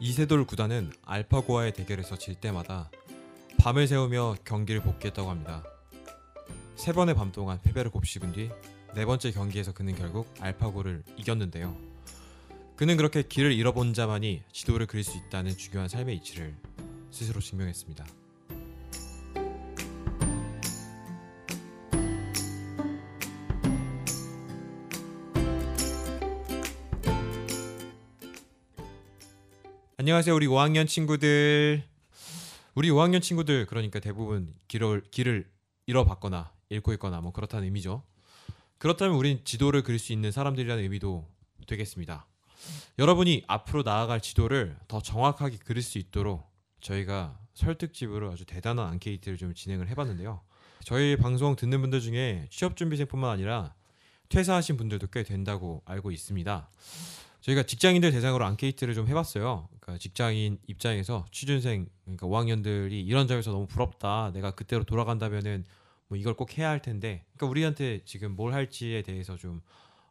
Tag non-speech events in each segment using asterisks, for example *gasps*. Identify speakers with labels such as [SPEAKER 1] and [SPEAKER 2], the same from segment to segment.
[SPEAKER 1] 이세돌 구단은 알파고와의 대결에서 질 때마다 밤을 새우며 경기를 복귀했다고 합니다. 세 번의 밤 동안 패배를 곱씹은 뒤 네 번째 경기에서 그는 결국 알파고를 이겼는데요. 그는 그렇게 길을 잃어본 자만이 지도를 그릴 수 있다는 중요한 삶의 이치를 스스로 증명했습니다. 안녕하세요, 우리 5학년 친구들. 우리 5학년 친구들 그러니까 대부분 길을 길을 잃어봤거나 잃고 있거나 뭐 그렇다는 의미죠. 그렇다면 우린 지도를 그릴 수 있는 사람들이라는 의미도 되겠습니다. 여러분이 앞으로 나아갈 지도를 더 정확하게 그릴 수 있도록 저희가 설득집으로 아주 대단한 앙케이트를 좀 진행을 해봤는데요. 저희 방송 듣는 분들 중에 취업 준비생뿐만 아니라 퇴사하신 분들도 꽤 된다고 알고 있습니다. 저희가 직장인들 대상으로 앙케이트를 좀 해봤어요. 그러니까 직장인 입장에서 취준생 그러니까 5학년들이 이런 점에서 너무 부럽다. 내가 그때로 돌아간다면은 뭐 이걸 꼭 해야 할 텐데. 그러니까 우리한테 지금 뭘 할지에 대해서 좀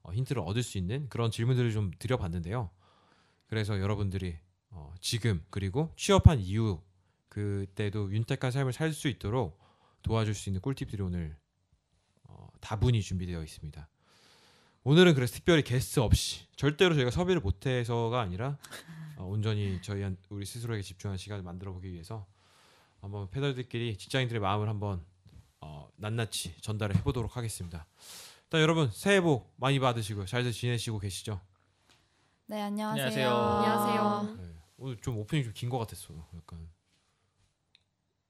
[SPEAKER 1] 어, 힌트를 얻을 수 있는 그런 질문들을 좀 드려봤는데요. 그래서 여러분들이 어, 지금 그리고 취업한 이후 그때도 윤택한 삶을 살 수 있도록 도와줄 수 있는 꿀팁들이 오늘 어, 다분히 준비되어 있습니다. 오늘은 그래서 특별히 게스트 없이 절대로 저희가 섭외를 못해서가 아니라 어, 온전히 저희 한 우리 스스로에게 집중하는 시간을 만들어 보기 위해서 한번 패널들끼리 직장인들의 마음을 한번 어, 낱낱이 전달을 해보도록 하겠습니다. 일단 여러분 새해 복 많이 받으시고요. 잘들 지내시고 계시죠?
[SPEAKER 2] 네 안녕하세요.
[SPEAKER 3] 안녕하세요.
[SPEAKER 4] 아.
[SPEAKER 2] 안녕하세요.
[SPEAKER 1] 네. 오늘 좀 오프닝 좀 긴 것 같았어. 약간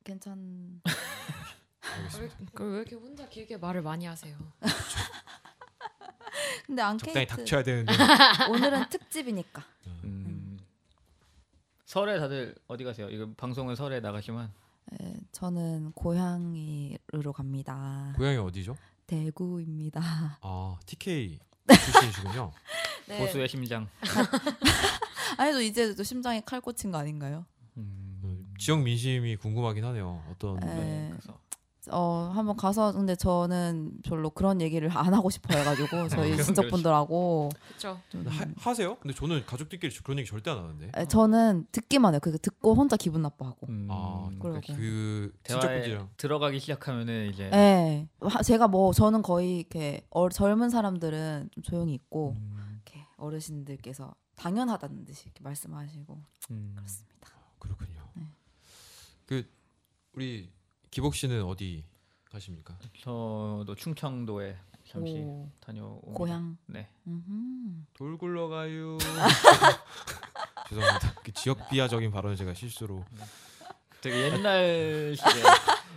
[SPEAKER 2] 괜찮.
[SPEAKER 1] 알겠습니다.
[SPEAKER 3] 그걸 왜 이렇게 혼자 길게 말을 많이 하세요?
[SPEAKER 1] 적당히
[SPEAKER 2] 근데 앙케이트
[SPEAKER 1] 닥쳐야
[SPEAKER 2] *laughs*
[SPEAKER 1] 되는데
[SPEAKER 2] 아,
[SPEAKER 1] 네.
[SPEAKER 2] 오늘은 특집이니까.
[SPEAKER 4] 음. 설에 다들 어디 가세요? 이거 방송은 설에 나가시면
[SPEAKER 2] 네, 저는 고향이로 갑니다.
[SPEAKER 1] 고향이 어디죠?
[SPEAKER 2] *laughs* 대구입니다.
[SPEAKER 1] 아
[SPEAKER 2] *laughs*
[SPEAKER 1] TK 출신이시군요.
[SPEAKER 2] 네.
[SPEAKER 4] 보수의 심장.
[SPEAKER 2] 아니도 이제 또 심장에 칼 꽂힌 거 아닌가요?
[SPEAKER 1] 음,
[SPEAKER 4] 음.
[SPEAKER 1] 지역 민심이 궁금하긴 하네요. 어떤
[SPEAKER 2] 네.
[SPEAKER 4] 그래서
[SPEAKER 2] 어 한번 가서 근데 저는 별로 그런 얘기를 안 하고 싶어해가지고 저희
[SPEAKER 4] 그건
[SPEAKER 2] 친척분들하고
[SPEAKER 3] 그렇죠.
[SPEAKER 2] 좀-
[SPEAKER 1] 하, 하세요? 근데 저는 가족들끼리 그런 얘기 절대 안 하는데.
[SPEAKER 2] 에, 네, 저는 듣기만 해요. 그 듣고 혼자 기분 나빠하고.
[SPEAKER 4] 음.
[SPEAKER 1] 아,
[SPEAKER 2] 그러고.
[SPEAKER 4] 그렇죠.
[SPEAKER 1] 그
[SPEAKER 4] 대화에
[SPEAKER 1] 친척분들이랑
[SPEAKER 4] 들어가기 시작하면은 이제
[SPEAKER 2] 예. 하- 제가 뭐 저는 거의 이렇게 어, 젊은 사람들은 좀 조용히 있고
[SPEAKER 4] 음,
[SPEAKER 2] 이렇게 어르신들께서 당연하다는 듯이 이렇게 말씀하시고
[SPEAKER 4] 음.
[SPEAKER 2] 그렇습니다.
[SPEAKER 1] 그렇군요.
[SPEAKER 2] 네.
[SPEAKER 1] 그 우리 기복 씨는 어디 가십니까?
[SPEAKER 4] 저도 충청도에 잠시
[SPEAKER 2] 오,
[SPEAKER 4] 다녀오고
[SPEAKER 2] 고향.
[SPEAKER 4] 네.
[SPEAKER 2] 음흠.
[SPEAKER 1] 돌 굴러가요. *laughs* 죄송합니다. 그 지역 비하적인 발언을 제가 실수로.
[SPEAKER 4] 되게 옛날
[SPEAKER 2] *laughs*
[SPEAKER 4] 시대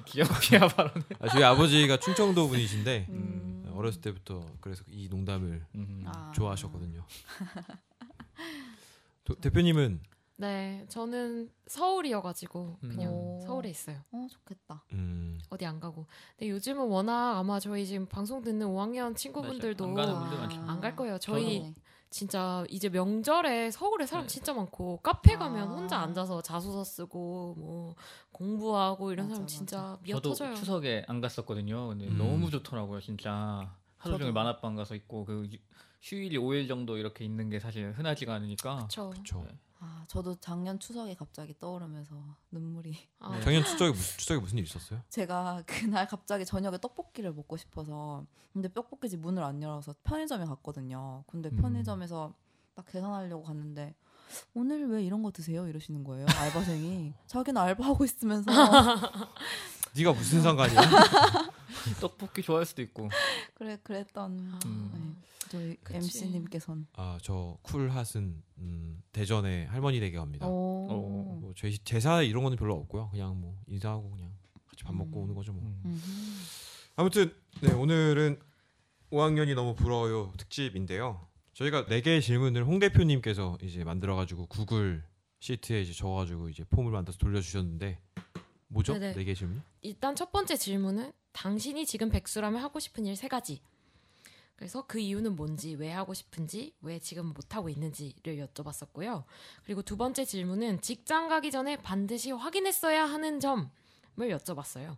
[SPEAKER 4] 기억이야 바로.
[SPEAKER 1] 아, 저희 아버지가 충청도 분이신데
[SPEAKER 4] 음.
[SPEAKER 2] 음.
[SPEAKER 1] 어렸을 때부터 그래서 이 농담을
[SPEAKER 4] 음.
[SPEAKER 2] 아.
[SPEAKER 1] 좋아하셨거든요. 도, 대표님은
[SPEAKER 3] 네, 저는 서울이어가지고
[SPEAKER 4] 음.
[SPEAKER 3] 그냥
[SPEAKER 2] 오.
[SPEAKER 3] 서울에 있어요.
[SPEAKER 2] 어 좋겠다.
[SPEAKER 1] 음,
[SPEAKER 3] 어디 안 가고. 근데 요즘은 워낙 아마 저희 지금 방송 듣는 5학년 친구분들도
[SPEAKER 4] 안 가는
[SPEAKER 2] 아.
[SPEAKER 4] 분들 많죠.
[SPEAKER 3] 안 갈 거예요. 저희
[SPEAKER 2] 저희
[SPEAKER 3] 진짜 이제 명절에 서울에 사람
[SPEAKER 4] 네.
[SPEAKER 3] 진짜 많고 카페 가면
[SPEAKER 2] 아.
[SPEAKER 3] 혼자 앉아서 자소서 쓰고 뭐 공부하고 이런
[SPEAKER 2] 맞아,
[SPEAKER 3] 사람
[SPEAKER 2] 맞아.
[SPEAKER 3] 진짜 미어
[SPEAKER 4] 저도
[SPEAKER 3] 터져요.
[SPEAKER 4] 추석에 안 갔었거든요. 근데
[SPEAKER 1] 음.
[SPEAKER 4] 너무 좋더라고요, 진짜. 하루
[SPEAKER 2] 저도.
[SPEAKER 4] 종일 만화방 가서 있고 그 휴- 휴일이 5일 정도 이렇게 있는 게 사실 흔하지가 않으니까.
[SPEAKER 3] 그렇죠.
[SPEAKER 1] 저
[SPEAKER 2] 아 저도 작년 추석에 갑자기 떠오르면서 눈물이 *laughs*
[SPEAKER 3] 아,
[SPEAKER 4] 네.
[SPEAKER 1] 작년 추석에 무슨 추석에 무슨 일 있었어요?
[SPEAKER 2] 제가 그날 갑자기 저녁에 떡볶이를 먹고 싶어서 근데 떡볶이집 문을 안 열어서 편의점에 갔거든요. 근데
[SPEAKER 1] 음.
[SPEAKER 2] 편의점에서 딱 계산하려고 갔는데 오늘 왜 이런 거 드세요? 이러시는 거예요. 알바생이 자기는 알바하고
[SPEAKER 3] *laughs*
[SPEAKER 2] 있으면서
[SPEAKER 1] 네가 무슨
[SPEAKER 2] *laughs*
[SPEAKER 1] 상관이야?
[SPEAKER 4] *laughs* 떡볶이 좋아할 수도 있고.
[SPEAKER 2] 그래 그랬던
[SPEAKER 4] 음.
[SPEAKER 2] 네, 저희
[SPEAKER 3] 그치.
[SPEAKER 2] MC님께선
[SPEAKER 1] 아 저 쿨핫은 음, 대전에 할머니 댁에 갑니다.
[SPEAKER 4] 어,
[SPEAKER 3] 어.
[SPEAKER 2] 오.
[SPEAKER 1] 뭐 제, 제사 이런 거는 별로 없고요. 그냥 뭐 인사하고 그냥 같이 밥 먹고
[SPEAKER 2] 음.
[SPEAKER 1] 오는 거죠 뭐.
[SPEAKER 4] 음.
[SPEAKER 2] 음.
[SPEAKER 1] 아무튼 네 오늘은 5학년이 너무 부러워요 특집인데요. 저희가 네 개의 질문을 홍 대표님께서 이제 만들어가지고 구글 시트에 이제 적어가지고 이제 폼을 만들어서 돌려주셨는데 뭐죠?
[SPEAKER 3] 네네.
[SPEAKER 1] 네 개 질문?
[SPEAKER 3] 일단 첫 번째 질문은 당신이 지금 백수라면 하고 싶은 일 세 가지. 그래서 그 이유는 뭔지, 왜 하고 싶은지, 왜 지금 못 하고 있는지를 여쭤봤었고요. 그리고 두 번째 질문은 직장 가기 전에 반드시 확인했어야 하는 점을 여쭤봤어요.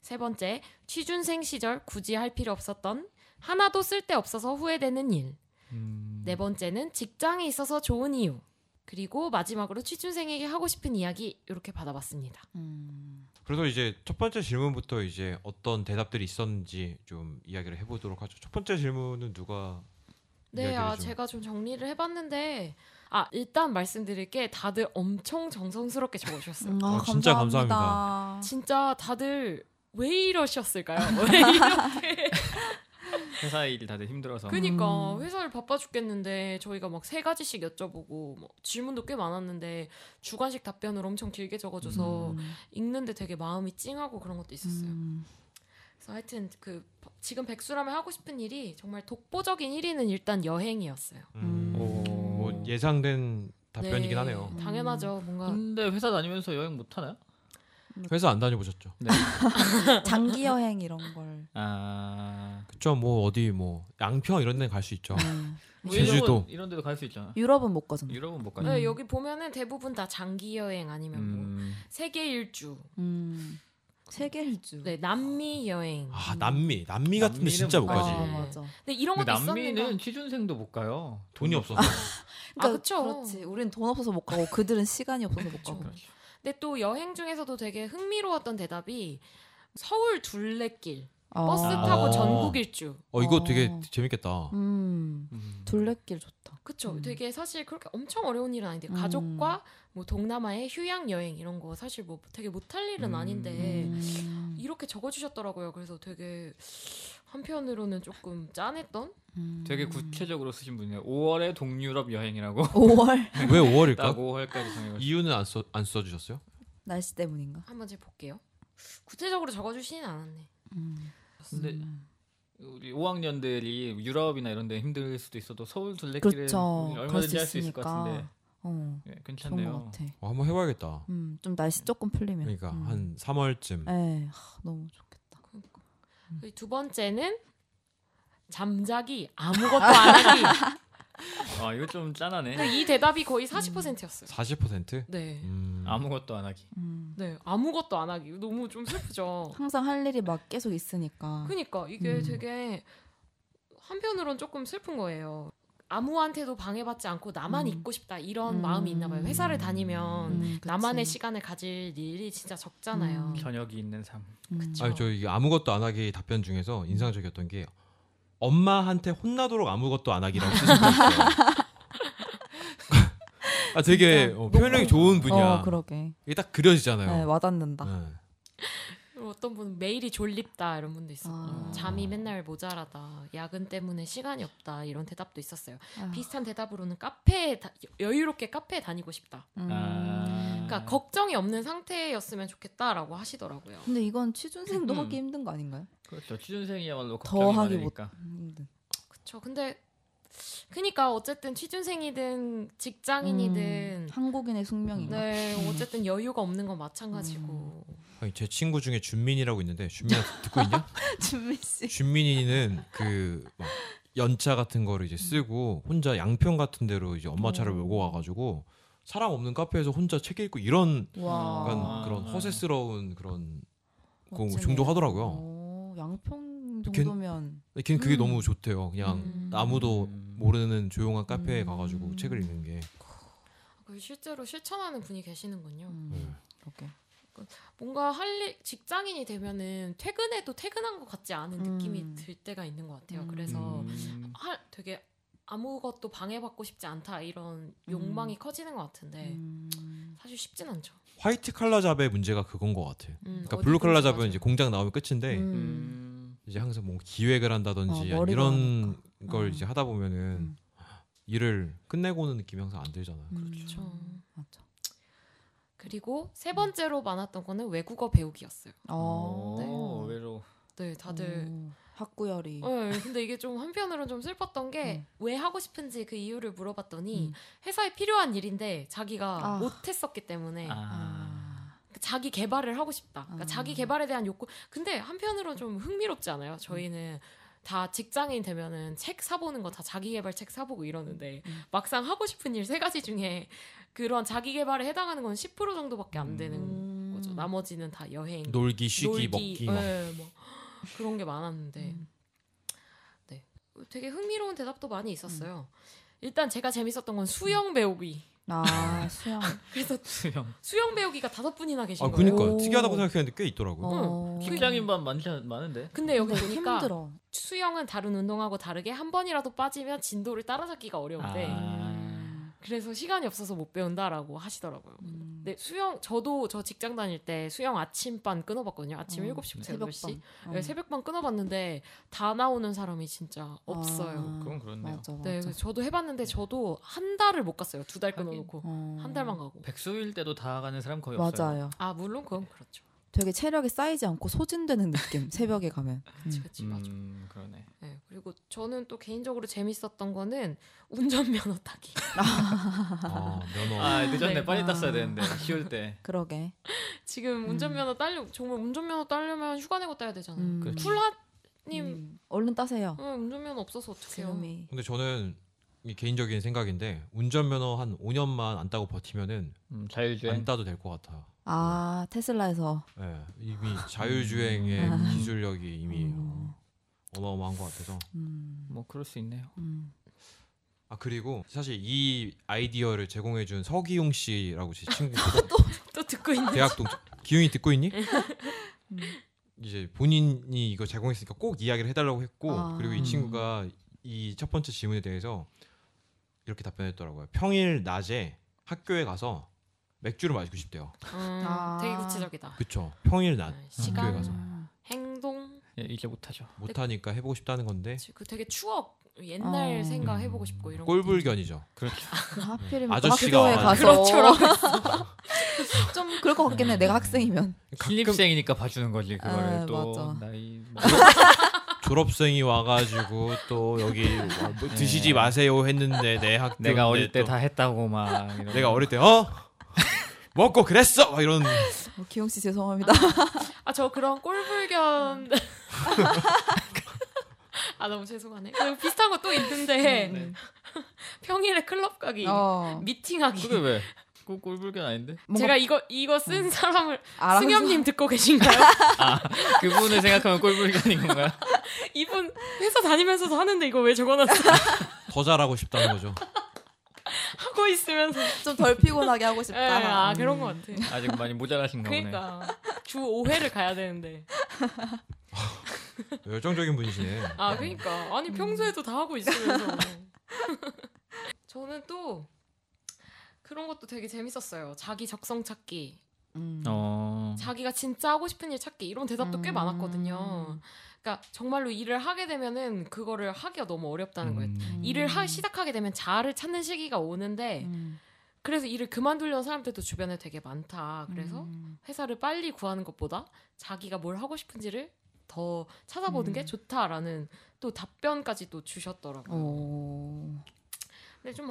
[SPEAKER 3] 세 번째, 취준생 시절 굳이 할 필요 없었던 하나도 쓸데 없어서 후회되는 일.
[SPEAKER 4] 음.
[SPEAKER 3] 뭐 네 번째는 직장에 있어서 좋은 이유. 그리고 마지막으로 취준생에게 하고 싶은 이야기 이렇게 받아봤습니다.
[SPEAKER 2] 음.
[SPEAKER 1] 그래서 이제 첫 번째 질문부터 이제 어떤 대답들이 있었는지 좀 이야기를 해보도록 하죠. 첫 번째 질문은 누가
[SPEAKER 3] 네,
[SPEAKER 1] 이야기를
[SPEAKER 3] 아,
[SPEAKER 1] 좀.
[SPEAKER 3] 제가 좀 정리를 해봤는데, 아, 일단 말씀드릴 게 다들 엄청 정성스럽게 적어주셨어요.
[SPEAKER 2] 음,
[SPEAKER 4] 아,
[SPEAKER 1] 어, 진짜 감사합니다.
[SPEAKER 3] 진짜 다들 왜 이러셨을까요? 왜 이렇게?
[SPEAKER 1] 음.
[SPEAKER 4] 회사 일 다들 힘들어서
[SPEAKER 3] 그니까
[SPEAKER 2] 음.
[SPEAKER 3] 회사를 바빠 죽겠는데 저희가 막 세 가지씩 여쭤보고 뭐 질문도 꽤 많았는데 주관식 답변을 엄청 길게 적어줘서
[SPEAKER 2] 음.
[SPEAKER 3] 읽는데 되게 마음이 찡하고 그런 것도 있었어요.
[SPEAKER 2] 음.
[SPEAKER 3] 그래서 하여튼 그 지금 백수라면 하고 싶은 일이 정말 독보적인 1위는 일단 여행이었어요.
[SPEAKER 1] 음,
[SPEAKER 2] 음.
[SPEAKER 1] 뭐 예상된 답변이긴
[SPEAKER 3] 네,
[SPEAKER 1] 하네요.
[SPEAKER 3] 당연하죠. 뭔가
[SPEAKER 4] 근데 회사 다니면서 여행 못 하나요?
[SPEAKER 1] 회사 안 다녀보셨죠?
[SPEAKER 2] 장기 여행 이런 걸.
[SPEAKER 4] 아
[SPEAKER 1] 그쵸? 뭐 어디 뭐 양평 이런 데는 갈 수 있죠.
[SPEAKER 2] 음.
[SPEAKER 4] 뭐
[SPEAKER 1] 제주도.
[SPEAKER 4] 일본 이런 데도 갈 수 있잖아.
[SPEAKER 2] 유럽은 못 가잖아.
[SPEAKER 4] 유럽은 못 가죠.
[SPEAKER 3] 네, 여기 보면은 대부분 다 장기 여행 아니면
[SPEAKER 4] 음.
[SPEAKER 3] 뭐 세계 일주,
[SPEAKER 2] 음. 세계 일주.
[SPEAKER 3] 네 남미 여행.
[SPEAKER 1] 아 남미, 남미 같은 데
[SPEAKER 4] 남미는
[SPEAKER 1] 진짜 못
[SPEAKER 4] 못
[SPEAKER 1] 가지.
[SPEAKER 4] 가지.
[SPEAKER 2] 아, 맞아.
[SPEAKER 3] 근데 이런
[SPEAKER 4] 근데
[SPEAKER 3] 것도
[SPEAKER 4] 남미는
[SPEAKER 3] 있었는데
[SPEAKER 4] 취준생도 못 가요.
[SPEAKER 1] 돈이 없어서.
[SPEAKER 3] 아,
[SPEAKER 2] 그러니까
[SPEAKER 3] 그쵸.
[SPEAKER 2] 그렇지. 우린 돈 없어서 못 가고 그들은 시간이 없어서 못 가고.
[SPEAKER 4] 그렇지.
[SPEAKER 3] 근데 또 여행 중에서도 되게 흥미로웠던 대답이 서울 둘레길
[SPEAKER 2] 아.
[SPEAKER 3] 버스
[SPEAKER 1] 아.
[SPEAKER 3] 타고 전국 일주.
[SPEAKER 1] 어 이거
[SPEAKER 2] 어.
[SPEAKER 1] 되게 재밌겠다.
[SPEAKER 2] 음.
[SPEAKER 4] 음.
[SPEAKER 2] 둘레길 좋다.
[SPEAKER 3] 그쵸.
[SPEAKER 2] 음.
[SPEAKER 3] 되게 사실 그렇게 엄청 어려운 일은 아닌데
[SPEAKER 2] 음.
[SPEAKER 3] 가족과 뭐 동남아의 휴양 여행 이런 거 사실 뭐 되게 못할 일은
[SPEAKER 4] 음.
[SPEAKER 3] 아닌데
[SPEAKER 2] 음.
[SPEAKER 3] 이렇게 적어주셨더라고요. 그래서 되게 한편으로는 조금 짠했던.
[SPEAKER 2] 음.
[SPEAKER 4] 되게 구체적으로 쓰신 분이에요. 5월에 동유럽 여행이라고
[SPEAKER 2] 5월
[SPEAKER 1] 왜
[SPEAKER 4] *laughs*
[SPEAKER 1] *laughs* 5월일까?
[SPEAKER 4] 5월까지 정해가지고
[SPEAKER 1] 이유는 안 써 안 써주셨어요?
[SPEAKER 2] 날씨 때문인가?
[SPEAKER 3] 한번 제가 볼게요. 구체적으로 적어주시진 않았네.
[SPEAKER 2] 음.
[SPEAKER 4] 근데 우리 5학년들이 유럽이나 이런 데 힘들 수도 있어도 서울 둘레길은
[SPEAKER 2] 그렇죠. 그럴 수
[SPEAKER 4] 얼마든지 할 수 있을 것 같은데
[SPEAKER 2] 있으니까. 어.
[SPEAKER 4] 예,
[SPEAKER 2] 좋은 것
[SPEAKER 4] 괜찮네요.
[SPEAKER 2] 같아.
[SPEAKER 1] 어, 한번 해봐야겠다.
[SPEAKER 2] 음, 좀 날씨
[SPEAKER 3] 네.
[SPEAKER 2] 조금 풀리면.
[SPEAKER 1] 그러니까
[SPEAKER 2] 음.
[SPEAKER 1] 한 3월쯤.
[SPEAKER 2] 에 하, 너무 좋겠다.
[SPEAKER 3] 그리고 두 번째는 잠자기 아무것도 안
[SPEAKER 2] *laughs*
[SPEAKER 3] 하기.
[SPEAKER 4] 아 이거 좀 짠하네.
[SPEAKER 3] 근데 이 대답이 거의 40%였어요.
[SPEAKER 1] 40%?
[SPEAKER 3] 네.
[SPEAKER 1] 음.
[SPEAKER 4] 아무것도 안 하기.
[SPEAKER 2] 음.
[SPEAKER 3] 네. 아무것도 안 하기. 너무 좀 슬프죠.
[SPEAKER 2] 항상 할 일이 막 계속 있으니까.
[SPEAKER 3] 그러니까 이게
[SPEAKER 2] 음.
[SPEAKER 3] 되게 한편으론 조금 슬픈 거예요. 아무한테도 방해받지 않고 나만
[SPEAKER 2] 음.
[SPEAKER 3] 있고 싶다 이런
[SPEAKER 2] 음.
[SPEAKER 3] 마음이 있나 봐요. 회사를 다니면
[SPEAKER 2] 음, 그치.
[SPEAKER 3] 나만의 시간을 가질 일이 진짜 적잖아요.
[SPEAKER 2] 음.
[SPEAKER 4] 저녁이 있는 삶.
[SPEAKER 2] 음.
[SPEAKER 3] 그쵸.
[SPEAKER 1] 아니 저 이게 아무것도 안 하기 답변 중에서 인상적이었던 게 엄마한테 혼나도록 아무것도 안 하기라고 쓰셨어요. *laughs* 아 되게
[SPEAKER 2] 진짜.
[SPEAKER 1] 어, 표현력이 좋은 분이야.
[SPEAKER 2] 어, 그러게.
[SPEAKER 1] 이게 딱
[SPEAKER 2] 네,
[SPEAKER 1] 그려지잖아요.
[SPEAKER 2] 와닿는다.
[SPEAKER 1] 네.
[SPEAKER 3] 그리고 어떤 분은 매일이 졸립다 이런 분도 있었고
[SPEAKER 2] 아.
[SPEAKER 3] 잠이 맨날 모자라다 야근 때문에 시간이 없다 이런 대답도 있었어요.
[SPEAKER 2] 아,
[SPEAKER 3] 비슷한 대답으로는 카페에 다- 여유롭게 카페에 다니고 싶다.
[SPEAKER 2] 음.
[SPEAKER 4] 아.
[SPEAKER 3] 그러니까 걱정이 없는 상태였으면 좋겠다라고 하시더라고요.
[SPEAKER 2] 근데 이건 취준생도
[SPEAKER 4] 음.
[SPEAKER 2] 하기 힘든 거 아닌가요?
[SPEAKER 4] 그렇죠.
[SPEAKER 2] 더
[SPEAKER 4] 취준생이야말로 걱정이
[SPEAKER 2] 하기
[SPEAKER 4] 많으니까.
[SPEAKER 3] 음,
[SPEAKER 2] 힘든.
[SPEAKER 3] 그쵸. 근데 그니까 어쨌든 취준생이든 직장인이든
[SPEAKER 2] 음, 한국인의 숙명인가?
[SPEAKER 3] 네 어쨌든 여유가 없는 건 마찬가지고
[SPEAKER 2] 음.
[SPEAKER 1] 아니, 제 친구 중에 준민이라고 있는데 준민아 듣고 있냐?
[SPEAKER 2] 준민 씨.
[SPEAKER 1] 준민이는 그막 연차 같은 거를 이제 쓰고 혼자 양평 같은 데로 이제 엄마 차를
[SPEAKER 2] 어.
[SPEAKER 1] 몰고 와가지고 사람 없는 카페에서 혼자 책 읽고 이런 약간
[SPEAKER 4] 아.
[SPEAKER 1] 그런 허세스러운 그런 거뭐
[SPEAKER 2] 멋지네요.
[SPEAKER 1] 종종 하더라고요.
[SPEAKER 2] 오, 양평
[SPEAKER 1] 걔-
[SPEAKER 2] 정도면
[SPEAKER 1] 근데 걔는 그게
[SPEAKER 2] 음.
[SPEAKER 1] 너무 좋대요. 그냥
[SPEAKER 3] 음.
[SPEAKER 1] 아무도
[SPEAKER 4] 음.
[SPEAKER 1] 모르는 조용한 카페에
[SPEAKER 2] 음.
[SPEAKER 1] 가가지고 책을 읽는 게
[SPEAKER 3] 아, 그걸 실제로 실천하는 분이 계시는군요.
[SPEAKER 1] 네.
[SPEAKER 2] 음, 그렇게.
[SPEAKER 3] 뭔가 할일 직장인이 되면은 퇴근해도 퇴근한 것 같지 않은
[SPEAKER 2] 음.
[SPEAKER 3] 느낌이 들 때가 있는 것 같아요.
[SPEAKER 2] 음.
[SPEAKER 3] 그래서
[SPEAKER 4] 음.
[SPEAKER 3] 할 되게 아무것도 방해받고 싶지 않다 이런 욕망이 커지는 것 같은데
[SPEAKER 2] 음,
[SPEAKER 3] 사실 쉽진 않죠.
[SPEAKER 1] 화이트 칼라 잡의 문제가 그건 것 같아. 요
[SPEAKER 3] 음,
[SPEAKER 1] 그러니까
[SPEAKER 3] 어디
[SPEAKER 1] 블루 칼라
[SPEAKER 3] 근처
[SPEAKER 1] 잡은
[SPEAKER 3] 가죠.
[SPEAKER 1] 이제 공장 나오면 끝인데
[SPEAKER 2] 음.
[SPEAKER 4] 음.
[SPEAKER 1] 이제 항상 뭐 기획을 한다든지
[SPEAKER 2] 어,
[SPEAKER 1] 아니면
[SPEAKER 2] 머리가
[SPEAKER 1] 이런 걸
[SPEAKER 2] 어.
[SPEAKER 1] 이제 하다 보면은
[SPEAKER 2] 음.
[SPEAKER 1] 일을 끝내고 오는 느낌이 항상 안 들잖아요.
[SPEAKER 3] 그렇죠.
[SPEAKER 2] 음, 맞아.
[SPEAKER 3] 그리고 세 번째로 많았던 거는 외국어 배우기였어요.
[SPEAKER 2] 어.
[SPEAKER 4] 오, 외로.
[SPEAKER 3] 네, 다들.
[SPEAKER 2] 오, 학구열이.
[SPEAKER 3] 네, 근데 이게 좀 한편으로는 좀 슬펐던 게 왜 하고 싶은지 그 이유를 물어봤더니
[SPEAKER 2] 음.
[SPEAKER 3] 회사에 필요한 일인데 자기가
[SPEAKER 2] 아.
[SPEAKER 3] 못했었기 때문에
[SPEAKER 2] 아.
[SPEAKER 3] 그 자기 개발을 하고 싶다. 그러니까
[SPEAKER 2] 아.
[SPEAKER 3] 자기 개발에 대한 욕구. 근데 한편으로 좀 흥미롭지 않아요? 저희는 다 직장인 되면은 책 사보는 거 다 자기 개발 책 사보고 이러는데
[SPEAKER 2] 음.
[SPEAKER 3] 막상 하고 싶은 일 세 가지 중에 그런 자기 개발에 해당하는 건 10% 정도밖에 안 되는
[SPEAKER 2] 음.
[SPEAKER 3] 거죠. 나머지는 다 여행,
[SPEAKER 1] 놀기, 쉬기,
[SPEAKER 3] 놀기,
[SPEAKER 1] 먹기. 막.
[SPEAKER 3] 예, 뭐 *gasps* 그런 게 많았는데
[SPEAKER 2] 음.
[SPEAKER 1] 음.
[SPEAKER 3] 되게 흥미로운 대답도 많이 있었어요. 일단 제가 재밌었던 건 수영 배우기.
[SPEAKER 2] 아 수영.
[SPEAKER 3] 그래서
[SPEAKER 4] 수영.
[SPEAKER 3] 수영 배우기가 다섯 분이나 계신
[SPEAKER 1] 아
[SPEAKER 3] 거예요.
[SPEAKER 1] 그니까
[SPEAKER 2] 오.
[SPEAKER 1] 특이하다고 생각했는데 꽤 있더라고. 요
[SPEAKER 2] 어.
[SPEAKER 4] 직장인 반 많지 않- 많은데.
[SPEAKER 3] 근데 여기
[SPEAKER 2] 근데
[SPEAKER 3] 보니까
[SPEAKER 2] 음, 힘들어.
[SPEAKER 3] 수영은 다른 운동하고 다르게 한 번이라도 빠지면 진도를 따라잡기가 어려운데
[SPEAKER 4] 아.
[SPEAKER 3] 그래서 시간이 없어서 못 배운다라고 하시더라고요.
[SPEAKER 2] 음.
[SPEAKER 3] 근데 수영 저도 저 직장 다닐 때 수영 아침반 끊어봤거든요. 아침
[SPEAKER 2] 어,
[SPEAKER 3] 일 7시부터 8시.
[SPEAKER 2] 어.
[SPEAKER 3] 네, 새벽반 끊어봤는데 다 나오는 사람이 진짜 없어요.
[SPEAKER 2] 아,
[SPEAKER 4] 그건 그렇네요.
[SPEAKER 2] 맞아
[SPEAKER 3] 네,
[SPEAKER 2] 맞아.
[SPEAKER 3] 그래서 저도 해봤는데 저도 한 달을 못 갔어요. 두 달
[SPEAKER 4] 하긴.
[SPEAKER 3] 끊어놓고
[SPEAKER 2] 어.
[SPEAKER 3] 한 달만 가고.
[SPEAKER 4] 백수일 때도 다 가는 사람 거의 없어요.
[SPEAKER 2] 맞아요.
[SPEAKER 3] 아 물론 그건 그렇죠.
[SPEAKER 2] 되게 체력이 쌓이지 않고 소진되는 느낌. *laughs* 새벽에 가면.
[SPEAKER 3] 그치 그치 맞아.
[SPEAKER 4] 음, 그러네.
[SPEAKER 3] 네, 그리고 저는 또 개인적으로 재밌었던 거는 운전 면허 따기. *laughs*
[SPEAKER 1] 아 면허.
[SPEAKER 4] 아 늦었네.
[SPEAKER 3] 네.
[SPEAKER 4] 빨리
[SPEAKER 2] 아.
[SPEAKER 4] 땄어야 되는데 쉬울 때.
[SPEAKER 2] 그러게.
[SPEAKER 3] 지금 운전 면허 따려 정말 운전 면허 따려면 휴가 내고 따야 되잖아요.
[SPEAKER 2] 음.
[SPEAKER 4] 그렇죠.
[SPEAKER 3] 쿨라님
[SPEAKER 2] 음, 얼른 따세요.
[SPEAKER 3] 운전 면허 없어서 어떡해요?
[SPEAKER 2] 지금이.
[SPEAKER 1] 근데 저는 이 개인적인 생각인데 운전면허 한 5년만 안 따고 버티면은
[SPEAKER 4] 음,
[SPEAKER 1] 안
[SPEAKER 4] 자율주행.
[SPEAKER 1] 따도 될 것 같아요.
[SPEAKER 2] 아 테슬라에서
[SPEAKER 1] 예, 이미 자율주행의
[SPEAKER 2] 음.
[SPEAKER 1] 기술력이 이미
[SPEAKER 2] 음.
[SPEAKER 1] 어, 어마어마한 것 같아서.
[SPEAKER 2] 음,
[SPEAKER 4] 뭐 그럴 수 있네요.
[SPEAKER 2] 음.
[SPEAKER 1] 아 그리고 사실 이 아이디어를 제공해준 서기용 씨라고 제 친구
[SPEAKER 3] *laughs* 또 듣고 있는.
[SPEAKER 1] 대학 동 기용이 듣고 있니?
[SPEAKER 2] 음.
[SPEAKER 1] 이제 본인이 이거 제공했으니까 꼭 이야기를 해달라고 했고
[SPEAKER 2] 아.
[SPEAKER 1] 그리고 이
[SPEAKER 4] 음.
[SPEAKER 1] 친구가 이 첫 번째 질문에 대해서 이렇게 답변했더라고요. 평일 낮에 학교에 가서 맥주를 마시고 싶대요.
[SPEAKER 3] 음,
[SPEAKER 2] 아.
[SPEAKER 3] 되게 구체적이다.
[SPEAKER 1] 그쵸? 평일 낮
[SPEAKER 3] 네,
[SPEAKER 1] 학교에
[SPEAKER 3] 시간,
[SPEAKER 1] 가서.
[SPEAKER 2] 음.
[SPEAKER 3] 행동,
[SPEAKER 4] 예, 이제 못하죠.
[SPEAKER 1] 못하니까 해보고 싶다는 건데
[SPEAKER 3] 그 되게 추억 옛날
[SPEAKER 2] 어.
[SPEAKER 3] 생각 해보고 싶고 이런.
[SPEAKER 1] 꼴불견이죠.
[SPEAKER 4] 그렇죠.
[SPEAKER 2] 하필이면
[SPEAKER 1] 아저씨가
[SPEAKER 2] 학교에
[SPEAKER 1] 와가지고.
[SPEAKER 2] 가서 그렇죠. *laughs*
[SPEAKER 3] 좀
[SPEAKER 2] 그럴 것 같긴 해. 내가 학생이면.
[SPEAKER 4] 신입생이니까 봐주는 거지 그거를
[SPEAKER 2] 아,
[SPEAKER 4] 또
[SPEAKER 2] 맞아.
[SPEAKER 4] 나이 뭐
[SPEAKER 1] 졸업생이 와가지고 또 여기
[SPEAKER 4] *laughs*
[SPEAKER 1] 와, 뭐 드시지 마세요 했는데 내 학교
[SPEAKER 4] 네. 내가 어릴 때 다 했다고 막 이런
[SPEAKER 1] 네, 내가 어릴 때 어? 먹고 그랬어 막 이런
[SPEAKER 2] 뭐, 기용 씨 죄송합니다.
[SPEAKER 3] 아저 그런
[SPEAKER 2] 음.
[SPEAKER 3] 꼴불견. *laughs* 아 너무 죄송하네. 그리고 비슷한 거 또 있는데
[SPEAKER 2] 음.
[SPEAKER 3] *laughs* 평일에 클럽 가기,
[SPEAKER 2] 어.
[SPEAKER 3] 미팅하기.
[SPEAKER 4] *laughs* 그게 왜? 그 꼴불견 아닌데?
[SPEAKER 2] 뭔가 어.
[SPEAKER 3] 제가 이거 이거 쓴 사람을
[SPEAKER 2] 알아서-
[SPEAKER 3] 승엽님 듣고 계신가요?
[SPEAKER 2] *laughs*
[SPEAKER 4] 그분을 생각하면 꼴불견인 건가요?
[SPEAKER 3] 이분 회사 다니면서도 하는데 이거 왜 적어놨어?
[SPEAKER 1] 더 잘하고 싶다는 거죠.
[SPEAKER 3] *laughs* 하고 있으면서.
[SPEAKER 2] 좀 덜 피곤하게 하고
[SPEAKER 3] 예,
[SPEAKER 2] 싶다.
[SPEAKER 3] 아
[SPEAKER 2] 음.
[SPEAKER 3] 그런 거 같아.
[SPEAKER 4] 아직 많이 모자라신가 보네.
[SPEAKER 3] 그러니까 주 5회를 가야 되는데.
[SPEAKER 1] 열정적인 분이시네.
[SPEAKER 3] 아 그러니까
[SPEAKER 2] 음.
[SPEAKER 3] 아니 평소에도 다 하고
[SPEAKER 2] *laughs*
[SPEAKER 3] 있으면서. 저는 또 그런 것도 되게 재밌었어요. 자기 적성 찾기,
[SPEAKER 2] 음.
[SPEAKER 4] 어.
[SPEAKER 3] 자기가 진짜 하고 싶은 일 찾기 이런 대답도 꽤
[SPEAKER 2] 음.
[SPEAKER 3] 많았거든요. 그러니까 정말로 일을 하게 되면은 그거를 하기가 너무 어렵다는 거예요.
[SPEAKER 2] 음.
[SPEAKER 3] 일을 하 시작하게 되면 자아를 찾는 시기가 오는데
[SPEAKER 2] 음.
[SPEAKER 3] 그래서 일을 그만두려는 사람들도 주변에 되게 많다. 그래서
[SPEAKER 2] 음.
[SPEAKER 3] 회사를 빨리 구하는 것보다 자기가 뭘 하고 싶은지를 더 찾아보는
[SPEAKER 2] 음.
[SPEAKER 3] 게 좋다라는 또 답변까지 또 주셨더라고요.
[SPEAKER 2] 어. 오.
[SPEAKER 3] 근데 좀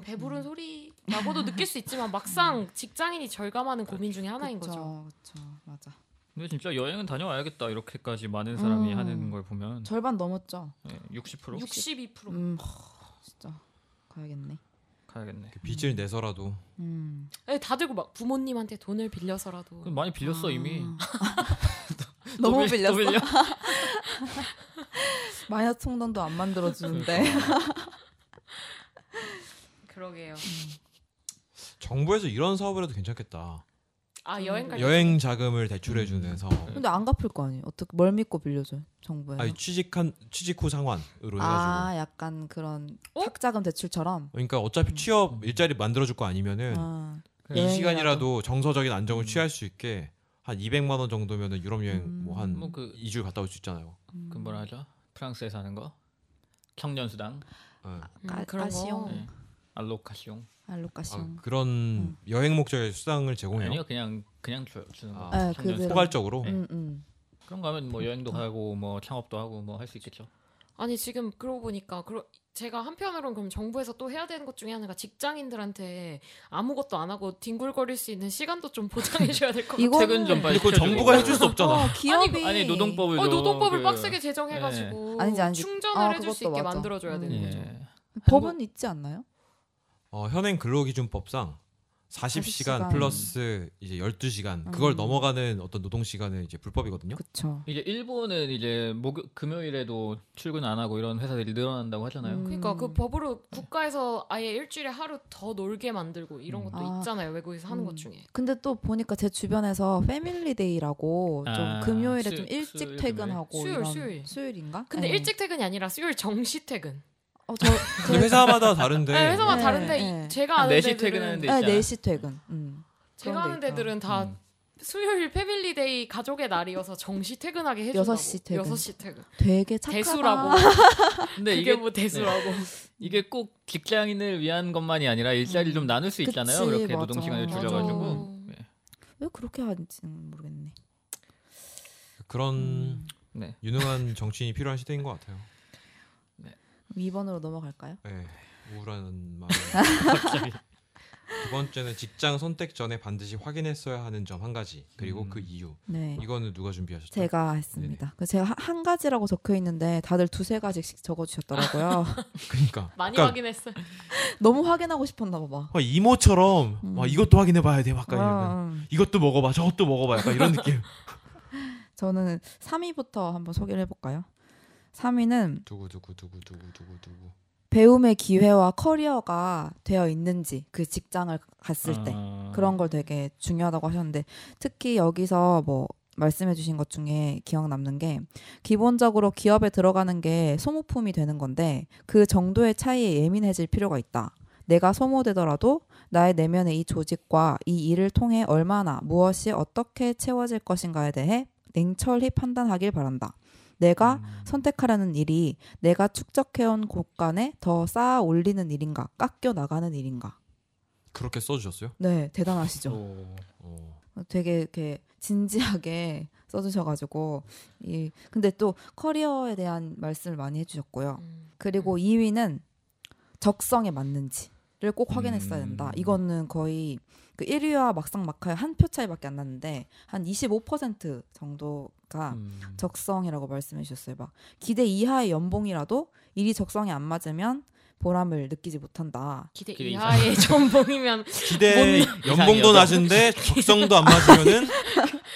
[SPEAKER 2] 음.
[SPEAKER 3] 배부른 소리라고도 느낄
[SPEAKER 2] *laughs*
[SPEAKER 3] 수 있지만 막상 직장인이 절감하는 고민 중에 하나인 거죠.
[SPEAKER 2] 그렇죠. 그쵸, 그쵸. 맞아.
[SPEAKER 4] 근데 진짜 여행은 다녀와야겠다 이렇게까지 많은 사람이
[SPEAKER 2] 음.
[SPEAKER 4] 하는 걸 보면
[SPEAKER 2] 절반 넘었죠.
[SPEAKER 4] 예, 60%
[SPEAKER 3] 62%.
[SPEAKER 2] 음. 허, 진짜 가야겠네.
[SPEAKER 4] 가야겠네.
[SPEAKER 1] 빚을 내서라도
[SPEAKER 2] 음.
[SPEAKER 3] 네, 다들 막 부모님한테 돈을 빌려서라도
[SPEAKER 4] 그럼 많이 빌렸어 이미. 또
[SPEAKER 2] 아. *laughs* 너무
[SPEAKER 4] 빌- 또
[SPEAKER 2] 빌렸어. *laughs*
[SPEAKER 4] 빌려?
[SPEAKER 2] 마이너스 통장도 안 만들어 주는데.
[SPEAKER 4] 그러니까.
[SPEAKER 3] 그러게요.
[SPEAKER 1] 정부에서 이런 사업을 해도 괜찮겠다.
[SPEAKER 3] 아
[SPEAKER 2] 음.
[SPEAKER 3] 여행 갈 때.
[SPEAKER 1] 여행 자금을 대출해 주는 사업.
[SPEAKER 2] 근데 안 갚을 거 아니에요. 어떻게 뭘 믿고 빌려줘? 정부에서.
[SPEAKER 1] 음. 아니 취직한 취직 후 상환으로 해가지고.
[SPEAKER 2] 아, 약간 그런
[SPEAKER 3] 어?
[SPEAKER 2] 탁자금 대출처럼.
[SPEAKER 1] 그러니까 어차피 취업 일자리 만들어 줄 거 아니면은
[SPEAKER 2] 음. 아,
[SPEAKER 1] 이
[SPEAKER 4] 그러니까.
[SPEAKER 2] 여행이라도.
[SPEAKER 1] 시간이라도 정서적인 안정을
[SPEAKER 4] 음.
[SPEAKER 1] 취할 수 있게 한 200만 원 정도면은 유럽 여행
[SPEAKER 2] 음.
[SPEAKER 1] 뭐 한
[SPEAKER 4] 뭐 그-
[SPEAKER 1] 2주일 갔다 올 수 있잖아요.
[SPEAKER 2] 음.
[SPEAKER 4] 그 뭐라 하죠? 프랑스에서 하는 거? 청년 수당,
[SPEAKER 1] 예.
[SPEAKER 3] 음,
[SPEAKER 2] 까-
[SPEAKER 3] 그런
[SPEAKER 2] 까시용.
[SPEAKER 3] 거.
[SPEAKER 4] 예. 알로카시옹.
[SPEAKER 1] 아,
[SPEAKER 2] 알로카시옹.
[SPEAKER 1] 그런
[SPEAKER 2] 음.
[SPEAKER 1] 여행 목적의 수당을 제공해요.
[SPEAKER 4] 아니요 그냥 그냥 줘 주는 거.
[SPEAKER 1] 아,
[SPEAKER 2] 예,
[SPEAKER 4] 청년
[SPEAKER 2] 그들-
[SPEAKER 4] 수당.
[SPEAKER 1] 포괄적으로.
[SPEAKER 4] 네.
[SPEAKER 2] 음, 음.
[SPEAKER 4] 그런 거 하면 뭐 여행도
[SPEAKER 2] 아.
[SPEAKER 4] 가고 뭐 창업도 하고 뭐 할 수 있겠죠.
[SPEAKER 3] 아니 지금 그러고 보니까 그러, 제가 한편으로는 그럼 정부에서 또 해야 되는 것 중에 하나가 직장인들한테 아무것도 안 하고 뒹굴거릴 수 있는 시간도 좀 보장해 줘야 될 것 같아요.
[SPEAKER 2] 이거는-
[SPEAKER 4] 퇴근 좀
[SPEAKER 1] 근데
[SPEAKER 4] 빨리.
[SPEAKER 1] 그건
[SPEAKER 4] 시켜주고.
[SPEAKER 1] 정부가 해줄 수 없잖아.
[SPEAKER 2] 어, 기업이
[SPEAKER 4] 아니 노동법을
[SPEAKER 3] 어,
[SPEAKER 4] 좀
[SPEAKER 3] 노동법을
[SPEAKER 4] 그-
[SPEAKER 3] 빡세게 제정해가지고
[SPEAKER 2] 예. 아니지, 아니지.
[SPEAKER 3] 충전을
[SPEAKER 2] 아,
[SPEAKER 3] 해줄 수
[SPEAKER 2] 그것도
[SPEAKER 3] 있게
[SPEAKER 2] 맞아.
[SPEAKER 3] 만들어줘야
[SPEAKER 2] 음.
[SPEAKER 3] 되는 거죠.
[SPEAKER 4] 예.
[SPEAKER 2] 법은 있지 않나요?
[SPEAKER 1] 어, 현행 근로기준법상 40시간
[SPEAKER 2] 40시간.
[SPEAKER 1] 플러스 이제 12시간 그걸
[SPEAKER 2] 음.
[SPEAKER 1] 넘어가는 어떤 노동 시간은 이제 불법이거든요.
[SPEAKER 2] 그쵸.
[SPEAKER 4] 이제 일본은 이제 목 금요일에도 출근 안 하고 이런 회사들이 늘어난다고 하잖아요.
[SPEAKER 2] 음.
[SPEAKER 3] 그러니까 그 법으로 국가에서 아예 일주일에 하루 더 놀게 만들고 이런 것도
[SPEAKER 2] 아,
[SPEAKER 3] 있잖아요. 외국에서 하는
[SPEAKER 2] 음.
[SPEAKER 3] 것 중에.
[SPEAKER 2] 근데 또 보니까 제 주변에서 패밀리데이라고
[SPEAKER 4] 아,
[SPEAKER 2] 좀 금요일에
[SPEAKER 4] 수-
[SPEAKER 2] 좀 일찍
[SPEAKER 4] 수요일, 금요일?
[SPEAKER 2] 퇴근하고
[SPEAKER 3] 수요일,
[SPEAKER 2] 이런
[SPEAKER 3] 수요일.
[SPEAKER 2] 인가 네.
[SPEAKER 3] 근데 일찍 퇴근이 아니라 수요일 정시 퇴근.
[SPEAKER 2] 어, 저, 저
[SPEAKER 1] 근데 회사마다
[SPEAKER 2] *laughs*
[SPEAKER 3] 네,
[SPEAKER 1] 다른데
[SPEAKER 3] 회사마다
[SPEAKER 2] 네,
[SPEAKER 3] 다른데
[SPEAKER 2] 네.
[SPEAKER 3] 이- 제가 아는
[SPEAKER 4] 4시
[SPEAKER 3] 데들은
[SPEAKER 4] 퇴근하는데
[SPEAKER 2] 네,
[SPEAKER 4] 있잖아.
[SPEAKER 2] 4시 퇴근. 음.
[SPEAKER 3] 제가
[SPEAKER 2] 그런
[SPEAKER 3] 아는
[SPEAKER 2] 데 있다.
[SPEAKER 3] 데들은 다
[SPEAKER 4] 음.
[SPEAKER 3] 수요일 패밀리데이 가족의 날이어서 정시 퇴근하게 해준다고.
[SPEAKER 2] 여섯 시 퇴근.
[SPEAKER 3] 6시 퇴근.
[SPEAKER 2] 되게 착하다. 아,
[SPEAKER 3] 대수라고.
[SPEAKER 4] 근데
[SPEAKER 3] 그게
[SPEAKER 4] 이게 네.
[SPEAKER 3] 뭐 대수라고.
[SPEAKER 4] 이게 꼭 직장인을 위한 것만이 아니라 일자리를
[SPEAKER 2] 음.
[SPEAKER 4] 좀 나눌 수 있잖아요.
[SPEAKER 2] 그치,
[SPEAKER 4] 그렇게
[SPEAKER 2] 맞아.
[SPEAKER 4] 노동 시간을
[SPEAKER 2] 맞아.
[SPEAKER 4] 줄여가지고. 네.
[SPEAKER 2] 왜 그렇게 하는지는 모르겠네.
[SPEAKER 1] 그런
[SPEAKER 2] 음.
[SPEAKER 4] 네.
[SPEAKER 1] 유능한 정치인이 필요한 시대인 것 같아요.
[SPEAKER 2] 그럼 2번으로 넘어갈까요?
[SPEAKER 1] 네. 우울한
[SPEAKER 2] *laughs*
[SPEAKER 1] 마음. 두 번째는 직장 선택 전에 반드시 확인했어야 하는 점 한 가지 그리고
[SPEAKER 4] 음.
[SPEAKER 1] 그 이유.
[SPEAKER 2] 네.
[SPEAKER 1] 이거는 누가 준비하셨죠?
[SPEAKER 2] 제가 했습니다. 그 제가 하- 한 가지라고 적혀 있는데 다들 두세 가지씩 적어 주셨더라고요. *laughs*
[SPEAKER 1] 그러니까
[SPEAKER 3] 많이
[SPEAKER 1] 약간
[SPEAKER 3] 확인했어요.
[SPEAKER 2] 너무 확인하고 싶었나 봐 봐.
[SPEAKER 1] 막 이모처럼
[SPEAKER 2] 음.
[SPEAKER 1] 막 이것도 확인해봐야 돼. 막그 이러면
[SPEAKER 2] 아, 음.
[SPEAKER 1] 이것도 먹어봐, 저것도 먹어봐. 약간 이런 느낌. *laughs*
[SPEAKER 2] 저는 3위부터 한번 소개를 해 볼까요? 3위는
[SPEAKER 1] 두구 두구 두구 두구 두구 두구.
[SPEAKER 2] 배움의 기회와 커리어가 되어 있는지 그 직장을 갔을 때
[SPEAKER 4] 아.
[SPEAKER 2] 그런 걸 되게 중요하다고 하셨는데 특히 여기서 뭐 말씀해 주신 것 중에 기억 남는 게 기본적으로 기업에 들어가는 게 소모품이 되는 건데 그 정도의 차이에 예민해질 필요가 있다. 내가 소모되더라도 나의 내면의 이 조직과 이 일을 통해 얼마나 무엇이 어떻게 채워질 것인가에 대해 냉철히 판단하길 바란다. 내가
[SPEAKER 1] 음.
[SPEAKER 2] 선택하라는 일이 내가 축적해온 곳간에 더 쌓아 올리는 일인가, 깎여 나가는 일인가.
[SPEAKER 1] 그렇게 써주셨어요?
[SPEAKER 2] 네, 대단하시죠.
[SPEAKER 4] 오.
[SPEAKER 1] 어.
[SPEAKER 2] 되게 이렇게 진지하게 *laughs* 써주셔가지고, 이 근데 또 커리어에 대한 말씀을 많이 해주셨고요.
[SPEAKER 3] 음.
[SPEAKER 2] 그리고 2위는 적성에 맞는지를 꼭 확인했어야
[SPEAKER 4] 음.
[SPEAKER 2] 된다. 이거는 거의 그 1위와 막상 막하에 한 표 차이밖에 안 났는데 한 25% 정도가
[SPEAKER 4] 음.
[SPEAKER 2] 적성이라고 말씀해 주셨어요. 막 기대 이하의 연봉이라도 일이 적성에 안 맞으면 보람을 느끼지 못한다.
[SPEAKER 3] 기대
[SPEAKER 4] 기대
[SPEAKER 3] 이하의 전봉이면
[SPEAKER 1] 기대 연봉도
[SPEAKER 2] *laughs*
[SPEAKER 4] 이상이어서.
[SPEAKER 1] 낮은데 적성도 안 맞으면은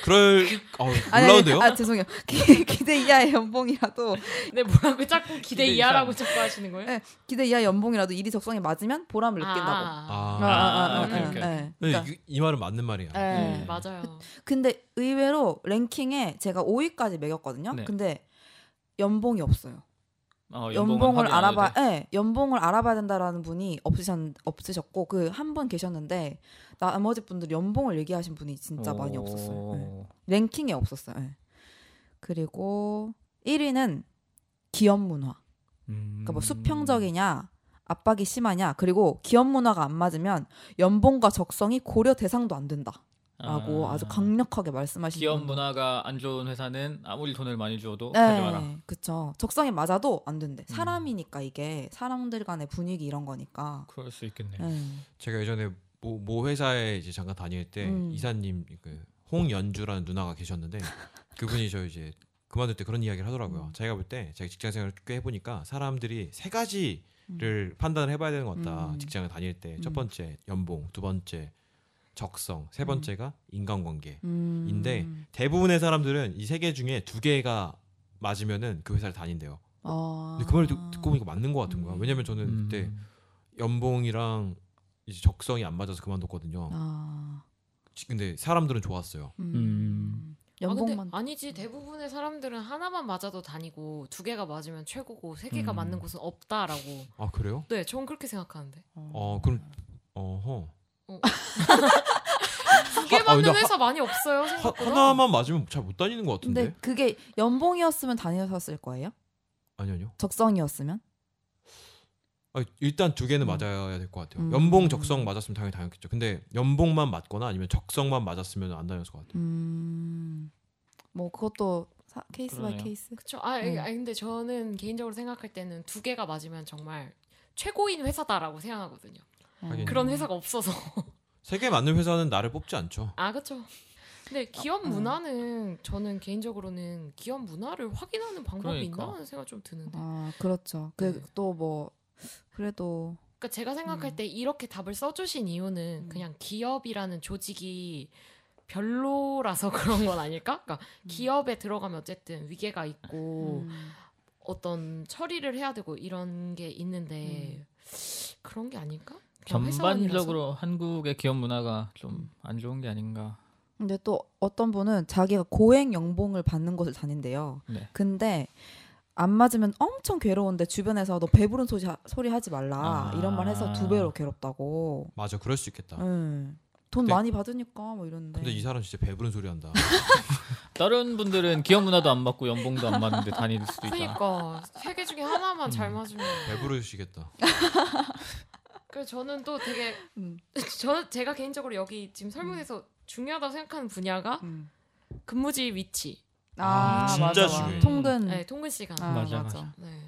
[SPEAKER 1] 그럴 어,
[SPEAKER 2] 아니,
[SPEAKER 1] 놀라운데요?
[SPEAKER 2] 아 죄송해요. *laughs* 기, 기대 이하의 연봉이라도
[SPEAKER 3] 내 네, 뭐라고 자꾸 기대
[SPEAKER 4] 기대
[SPEAKER 3] 이하라고 자꾸 하시는 거예요?
[SPEAKER 2] 네, 기대 이하의 연봉이라도 일이 적성에 맞으면 보람을 느낀다고.
[SPEAKER 1] 아,
[SPEAKER 2] 아, 아, 아, 아,
[SPEAKER 4] 오케이,
[SPEAKER 2] 아,
[SPEAKER 4] 오케이.
[SPEAKER 2] 네.
[SPEAKER 1] 근데
[SPEAKER 2] 그러니까,
[SPEAKER 1] 이, 이 말은 맞는 말이야.
[SPEAKER 2] 네.
[SPEAKER 3] 음, 맞아요.
[SPEAKER 2] 근데 의외로 랭킹에 제가 5위까지 매겼거든요.
[SPEAKER 4] 네.
[SPEAKER 2] 근데 연봉이 없어요.
[SPEAKER 4] 어,
[SPEAKER 2] 연봉을
[SPEAKER 4] 확인 안 해도
[SPEAKER 2] 알아봐,
[SPEAKER 4] 돼?
[SPEAKER 2] 예, 연봉을 알아봐야 된다라는 분이 없으셨 없으셨고 그 한 분 계셨는데 나머지 분들 연봉을 얘기하신 분이 진짜 많이
[SPEAKER 4] 오.
[SPEAKER 2] 없었어요. 예. 랭킹에 없었어요. 예. 그리고 1위는 기업 문화.
[SPEAKER 4] 음.
[SPEAKER 2] 그러니까 뭐 수평적이냐, 압박이 심하냐, 그리고 기업 문화가 안 맞으면 연봉과 적성이 고려 대상도 안 된다라고
[SPEAKER 4] 아.
[SPEAKER 2] 아주 강력하게 말씀하신
[SPEAKER 4] 기업
[SPEAKER 2] 분도-
[SPEAKER 4] 문화가 안 좋은 회사는 아무리 돈을 많이 줘도 가져와라.
[SPEAKER 2] 음.
[SPEAKER 4] 음.
[SPEAKER 2] 네, 그쵸. 적성에 맞아도 안 된대. 사람이니까 이게 사람들 간의 분위기 이런 거니까.
[SPEAKER 4] 그럴 수 있겠네.
[SPEAKER 2] 예.
[SPEAKER 1] 제가 예전에 모, 모 회사에 이제 잠깐 다닐 때
[SPEAKER 2] 음.
[SPEAKER 1] 이사님 그 홍연주라는 누나가 계셨는데
[SPEAKER 2] *laughs*
[SPEAKER 1] 그분이 저 이제 그만둘 때 그런 이야기를 하더라고요.
[SPEAKER 2] 음.
[SPEAKER 1] 자기가 볼 때 자기 직장 생활을 꽤 해보니까 사람들이 세 가지를 판단을 해봐야 되는 것 같다.
[SPEAKER 2] 음.
[SPEAKER 1] 직장을 다닐 때 첫
[SPEAKER 2] 음.
[SPEAKER 1] 번째 연봉, 두 번째 적성, 세 번째가 인간관계.
[SPEAKER 2] 음.
[SPEAKER 1] 인데, 대부분의 사람들은 이 세 개 중에 두 개가 맞으면은 그 회사를 다닌대요.
[SPEAKER 2] 아.
[SPEAKER 1] 근데 그 말을 듣- 듣고 보니까 맞는 것 같은 거야.
[SPEAKER 2] 음.
[SPEAKER 1] 왜냐면 저는 그때 연봉이랑 이제 적성이 안 맞아서 그만뒀거든요.
[SPEAKER 2] 아.
[SPEAKER 1] 지- 근데 사람들은 좋았어요.
[SPEAKER 2] 음.
[SPEAKER 4] 음.
[SPEAKER 3] 아,
[SPEAKER 2] 연봉만 음.
[SPEAKER 3] 근데 아니지 대부분의 사람들은 하나만 맞아도 다니고 두 개가 맞으면 최고고 세 개가
[SPEAKER 4] 음.
[SPEAKER 3] 맞는 곳은 없다라고.
[SPEAKER 1] 아 그래요?
[SPEAKER 3] 네, 저는 그렇게 생각하는데.
[SPEAKER 4] 아.
[SPEAKER 1] 어 그럼 어허
[SPEAKER 2] *laughs*
[SPEAKER 3] 두 개
[SPEAKER 1] 아, 근데
[SPEAKER 3] 맞는
[SPEAKER 1] 하-
[SPEAKER 3] 회사 많이 없어요
[SPEAKER 1] 하,
[SPEAKER 3] 생각보다.
[SPEAKER 1] 하나만 맞으면 잘 못 다니는 것 같은데?
[SPEAKER 2] 근데 그게 연봉이었으면 다니셨을 거예요?
[SPEAKER 1] 아니 아니요.
[SPEAKER 2] 적성이었으면?
[SPEAKER 1] 아, 일단 두 개는
[SPEAKER 2] 음.
[SPEAKER 1] 맞아야 될 것 같아요.
[SPEAKER 2] 음.
[SPEAKER 1] 연봉 적성 맞았으면 당연히 다녔겠죠. 근데 연봉만 맞거나 아니면 적성만 맞았으면 안 다녔을 것 같아요.
[SPEAKER 2] 음. 뭐 그것도 사- 케이스
[SPEAKER 4] 그러네요.
[SPEAKER 2] 바이 케이스.
[SPEAKER 3] 그쵸. 아, 아니,
[SPEAKER 2] 음.
[SPEAKER 3] 아니, 근데 저는 개인적으로 생각할 때는 두 개가 맞으면 정말 최고인 회사다라고 생각하거든요.
[SPEAKER 1] 하긴.
[SPEAKER 3] 그런 회사가 없어서.
[SPEAKER 1] 세 개 맞는 회사는 나를 뽑지 않죠.
[SPEAKER 3] 아, 그쵸. 근데 기업
[SPEAKER 1] 아,
[SPEAKER 2] 어.
[SPEAKER 1] 음.
[SPEAKER 3] 문화는 저는 개인적으로는 기업 문화를 확인하는 방법이
[SPEAKER 1] 음.
[SPEAKER 4] 그러니까.
[SPEAKER 3] 있나 하는 생각 좀 드는데.
[SPEAKER 2] 아, 그렇죠. 그
[SPEAKER 3] 네.
[SPEAKER 2] 또 뭐 그래도
[SPEAKER 3] 그러니까 제가 생각할
[SPEAKER 2] 음.
[SPEAKER 3] 때 이렇게 답을 써주신 이유는
[SPEAKER 2] 음.
[SPEAKER 3] 그냥 기업이라는 조직이 별로라서 *laughs* 그런 건 아닐까? 그러니까
[SPEAKER 1] 음.
[SPEAKER 3] 기업에 들어가면 어쨌든 위계가 있고 어떤 처리를 해야 되고 이런 게 있는데
[SPEAKER 2] 음.
[SPEAKER 3] 그런 게 아닐까? 그냥 회사원이라서?
[SPEAKER 4] 전반적으로 한국의 기업 문화가 좀 안 좋은 게 아닌가.
[SPEAKER 2] 근데 또 어떤 분은 자기가 고액 연봉을 받는 곳을 다닌대요.
[SPEAKER 4] 네.
[SPEAKER 2] 근데 안 맞으면 엄청 괴로운데 주변에서 너 배부른 소리, 하, 소리 하지 말라
[SPEAKER 4] 아.
[SPEAKER 2] 이런 말 해서 두 배로 괴롭다고.
[SPEAKER 1] 맞아, 그럴 수 있겠다.
[SPEAKER 2] 음, 네. 응. 돈
[SPEAKER 1] 근데-
[SPEAKER 2] 많이 받으니까 뭐 이런데.
[SPEAKER 1] 근데 이 사람 진짜 배부른 소리
[SPEAKER 2] *laughs*
[SPEAKER 1] 한다.
[SPEAKER 4] 다른 분들은 기업 문화도 안 맞고 연봉도 안 맞는데 다닐 수도 있다.
[SPEAKER 3] 그러니까 세 개 중에 하나만 잘
[SPEAKER 4] 음.
[SPEAKER 3] 맞으면
[SPEAKER 1] 배부르시겠다.
[SPEAKER 3] 그래서 저는 또 되게 *laughs*
[SPEAKER 2] 음.
[SPEAKER 3] 저는 제가 개인적으로 여기 지금 설문에서 중요하다고 생각하는 분야가
[SPEAKER 2] 음.
[SPEAKER 3] 근무지 위치,
[SPEAKER 1] 아,
[SPEAKER 2] 아,
[SPEAKER 1] 진짜
[SPEAKER 2] 맞아, 맞아.
[SPEAKER 1] 중요해.
[SPEAKER 2] 통근.
[SPEAKER 3] 네, 통근 시간.
[SPEAKER 2] 아,
[SPEAKER 4] 맞아,
[SPEAKER 2] 맞아.
[SPEAKER 3] 네.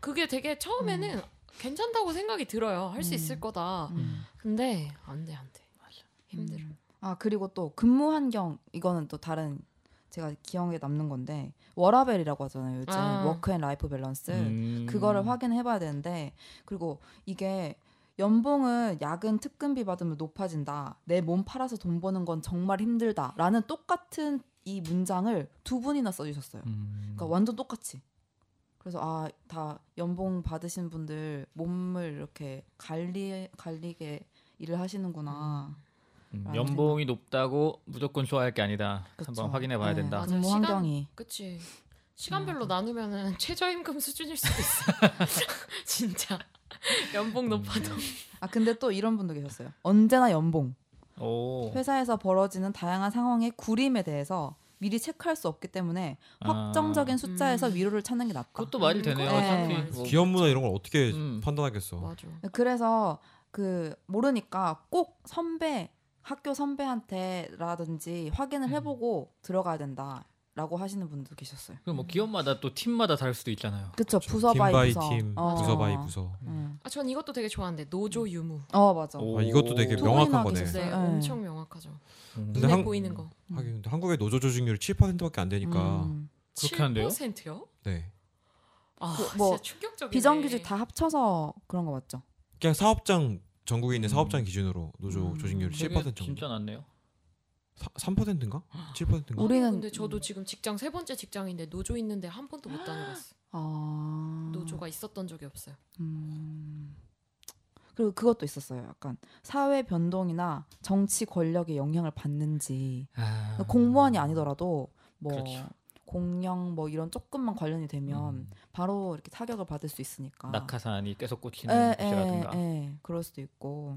[SPEAKER 3] 그게 되게 처음에는 괜찮다고 생각이 들어요. 할 수
[SPEAKER 2] 음.
[SPEAKER 3] 있을 거다.
[SPEAKER 2] 음.
[SPEAKER 3] 근데 안 돼, 안 돼. 힘들어.
[SPEAKER 2] 음. 아 그리고 또 근무 환경 이거는 또 다른 제가 기억에 남는 건데 워라벨이라고 하잖아요 요즘
[SPEAKER 3] 아.
[SPEAKER 2] 워크앤라이프 밸런스
[SPEAKER 4] 음.
[SPEAKER 2] 그거를 확인해봐야 되는데 그리고 이게 연봉은 야근 특근비 받으면 높아진다 내 몸 팔아서 돈 버는 건 정말 힘들다라는 똑같은 이 문장을 두 분이나 써주셨어요.
[SPEAKER 4] 음.
[SPEAKER 2] 그러니까 완전 똑같이. 그래서 아 다 연봉 받으신 분들 몸을 이렇게 갈리 갈리게 일을 하시는구나.
[SPEAKER 4] 음,
[SPEAKER 2] 라는
[SPEAKER 4] 연봉이 높다고 무조건 좋아할 게 아니다.
[SPEAKER 2] 아, 그쵸.
[SPEAKER 4] 한번 확인해 봐야
[SPEAKER 2] 네,
[SPEAKER 4] 된다. 음.
[SPEAKER 3] 맞아.
[SPEAKER 2] 근무
[SPEAKER 3] 시간-
[SPEAKER 2] 환경이
[SPEAKER 3] 그치. 시간별로 나누면은 *laughs* 최저임금 수준일 수도 있어. *laughs* 진짜.
[SPEAKER 4] 음.
[SPEAKER 3] 연봉 높아도.
[SPEAKER 2] 아 근데 또 이런 분도 계셨어요. 언제나 연봉.
[SPEAKER 4] 오.
[SPEAKER 2] 회사에서 벌어지는 다양한 상황의 구림에 대해서 미리 체크할 수 없기 때문에 확정적인 숫자에서
[SPEAKER 3] 음.
[SPEAKER 2] 위로를 찾는 게 낫다.
[SPEAKER 4] 그것도 말이 되네요.
[SPEAKER 2] 네.
[SPEAKER 4] 어차피 뭐
[SPEAKER 1] 기업 문화 이런 걸 어떻게
[SPEAKER 4] 음.
[SPEAKER 1] 판단하겠어?
[SPEAKER 3] 맞아.
[SPEAKER 2] 그래서 그 모르니까 꼭 선배 학교 선배한테라든지 확인을
[SPEAKER 4] 음.
[SPEAKER 2] 해보고 들어가야 된다라고 하시는 분도 계셨어요.
[SPEAKER 4] 그럼 뭐 기업마다 또 팀마다 다를 수도 있잖아요.
[SPEAKER 2] 그쵸
[SPEAKER 1] 그쵸.
[SPEAKER 2] 부서
[SPEAKER 1] 팀
[SPEAKER 2] 바이
[SPEAKER 1] 바이
[SPEAKER 2] 부서.
[SPEAKER 1] 팀,
[SPEAKER 2] 어.
[SPEAKER 1] 부서 바이 부서.
[SPEAKER 2] 음.
[SPEAKER 3] 아, 전 이것도 되게 좋아하는데 노조 유무.
[SPEAKER 2] 어 맞아.
[SPEAKER 4] 오.
[SPEAKER 1] 아, 이것도 되게
[SPEAKER 2] 두
[SPEAKER 1] 명확한
[SPEAKER 2] 분이나
[SPEAKER 1] 거네.
[SPEAKER 2] 계셨어요.
[SPEAKER 3] 네,
[SPEAKER 2] 네.
[SPEAKER 3] 엄청 명확하죠.
[SPEAKER 4] 음.
[SPEAKER 1] 근데
[SPEAKER 3] 눈에
[SPEAKER 1] 한-
[SPEAKER 3] 보이는 거.
[SPEAKER 1] 하긴 근데 한국의 노조 조직률이 7%밖에 안 되니까.
[SPEAKER 2] 음.
[SPEAKER 4] 그렇게 한대요?
[SPEAKER 3] 7%요?
[SPEAKER 1] 네.
[SPEAKER 3] 아,
[SPEAKER 2] 그, 뭐,
[SPEAKER 3] 진짜 충격적이네.
[SPEAKER 2] 비정규직 다 합쳐서 그런 거 맞죠?
[SPEAKER 1] 그냥 사업장 전국에 있는
[SPEAKER 4] 음.
[SPEAKER 1] 사업장 기준으로 노조
[SPEAKER 2] 음.
[SPEAKER 1] 조직률
[SPEAKER 4] 되게
[SPEAKER 1] 7% 정도.
[SPEAKER 4] 진짜 낮네요.
[SPEAKER 1] 사, 3%인가? 7%인가?
[SPEAKER 2] 우리- 우리는-
[SPEAKER 3] 우리는 근데 저도 지금 직장 세 번째 직장인데 노조 있는데 한 번도 못 다녀봤어.
[SPEAKER 2] 아
[SPEAKER 3] 노조가 있었던 적이 없어요.
[SPEAKER 2] 음. 그리고 그것도 있었어요. 약간 사회 변동이나 정치 권력의 영향을 받는지
[SPEAKER 1] 아.
[SPEAKER 2] 그러니까 공무원이 아니더라도 뭐
[SPEAKER 4] 아. 그렇죠. 음.
[SPEAKER 2] 공영 뭐 이런 조금만 관련이 되면 바로 이렇게 타격을 받을 수 있으니까.
[SPEAKER 4] 낙하산이 계속 꽂히는
[SPEAKER 2] 아. 에,
[SPEAKER 4] 곳이라든가.
[SPEAKER 2] 에, 에, 그럴 수도 있고.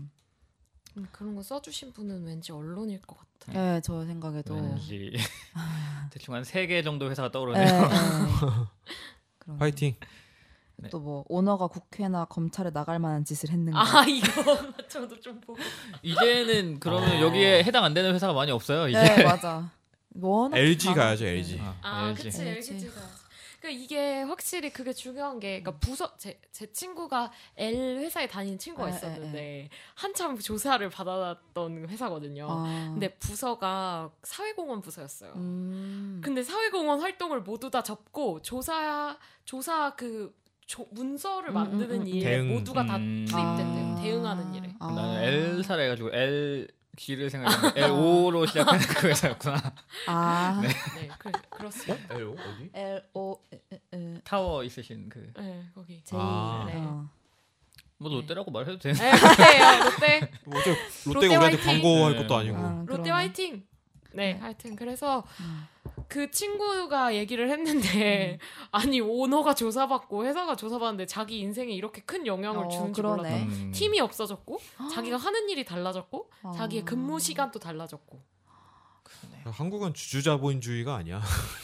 [SPEAKER 3] 음, 그런 거 써주신 분은 왠지 언론일 것 같아. 요
[SPEAKER 2] 예, 저
[SPEAKER 4] 네,
[SPEAKER 2] 생각에도.
[SPEAKER 4] 왠지
[SPEAKER 2] 아.
[SPEAKER 4] *laughs* 대충 한 세 개 정도 회사가
[SPEAKER 2] 예, 예.
[SPEAKER 4] 떠오르네요. *laughs*
[SPEAKER 2] *laughs* 그런
[SPEAKER 1] 파이팅.
[SPEAKER 4] 네.
[SPEAKER 2] 또뭐 오너가 국회나 검찰에 나갈 만한 짓을 했는가.
[SPEAKER 3] 아 이거 *laughs* 저도 좀 보고.
[SPEAKER 4] 이제는 그러면
[SPEAKER 1] 아.
[SPEAKER 4] 여기에 해당 안 되는 회사가 많이 없어요. 이제
[SPEAKER 2] 네, 맞아.
[SPEAKER 1] *laughs*
[SPEAKER 2] 워낙
[SPEAKER 1] LG
[SPEAKER 2] 강-
[SPEAKER 1] 가야죠,
[SPEAKER 2] 네.
[SPEAKER 1] LG.
[SPEAKER 4] 아,
[SPEAKER 3] 아
[SPEAKER 4] 알지.
[SPEAKER 3] 그치
[SPEAKER 2] 알지.
[SPEAKER 3] LG가. 그러니까 이게 확실히 그게 중요한 게,
[SPEAKER 2] 음.
[SPEAKER 3] 그러니까 부서 제, 제 친구가 L 회사에 다니는 친구가
[SPEAKER 2] 에, 에,
[SPEAKER 3] 있었는데 한참 조사를 받아놨던 회사거든요.
[SPEAKER 2] 아.
[SPEAKER 3] 근데 부서가 사회공헌 부서였어요.
[SPEAKER 2] 음.
[SPEAKER 3] 근데 사회공헌 활동을 모두 다 접고 조사 조사 그 조- 문서를
[SPEAKER 2] 음,
[SPEAKER 3] 만드는
[SPEAKER 2] 음, 음.
[SPEAKER 3] 일에
[SPEAKER 1] 대응.
[SPEAKER 3] 모두가 다
[SPEAKER 4] 음.
[SPEAKER 3] 투입된대요. 대응하는 일에.
[SPEAKER 2] 아.
[SPEAKER 4] 나는 L 사라 해가지고 L G를 생각했는데 L O로 시작하는 그 회사였구나. *laughs*
[SPEAKER 1] *laughs*
[SPEAKER 2] 아.
[SPEAKER 3] 네, 그, 그렇습니다.
[SPEAKER 1] 에요? 어디?
[SPEAKER 2] L O L
[SPEAKER 4] 타워 있으신 그.
[SPEAKER 3] 네, 거기.
[SPEAKER 2] *laughs* J.
[SPEAKER 1] 아.
[SPEAKER 3] 네.
[SPEAKER 2] 어.
[SPEAKER 4] 뭐
[SPEAKER 3] 네.
[SPEAKER 4] 롯데라고 말해도 되나?
[SPEAKER 3] 네, 롯데예요, 롯데.
[SPEAKER 1] 뭐 어째
[SPEAKER 3] 롯데
[SPEAKER 1] 롯데가 우리한테
[SPEAKER 3] 화이팅!
[SPEAKER 1] 광고할
[SPEAKER 4] 네.
[SPEAKER 1] 것도 아니고.
[SPEAKER 2] 아,
[SPEAKER 3] 롯데
[SPEAKER 2] 그러네.
[SPEAKER 3] 화이팅. 네,
[SPEAKER 2] 네.
[SPEAKER 3] 하여튼 그래서
[SPEAKER 2] 음.
[SPEAKER 3] 그 친구가 얘기를 했는데 *laughs* 아니 오너가 조사받고 회사가 조사받는데 자기 인생에 이렇게 큰 영향을
[SPEAKER 2] 어,
[SPEAKER 3] 주는지
[SPEAKER 2] 그러네.
[SPEAKER 3] 몰랐다.
[SPEAKER 4] 음.
[SPEAKER 3] 팀이 없어졌고
[SPEAKER 2] 아.
[SPEAKER 3] 자기가 하는 일이 달라졌고 자기의
[SPEAKER 2] 아.
[SPEAKER 3] 근무 시간도 달라졌고
[SPEAKER 4] 네.
[SPEAKER 1] 한국은 주주자본주의가 아니야. *laughs*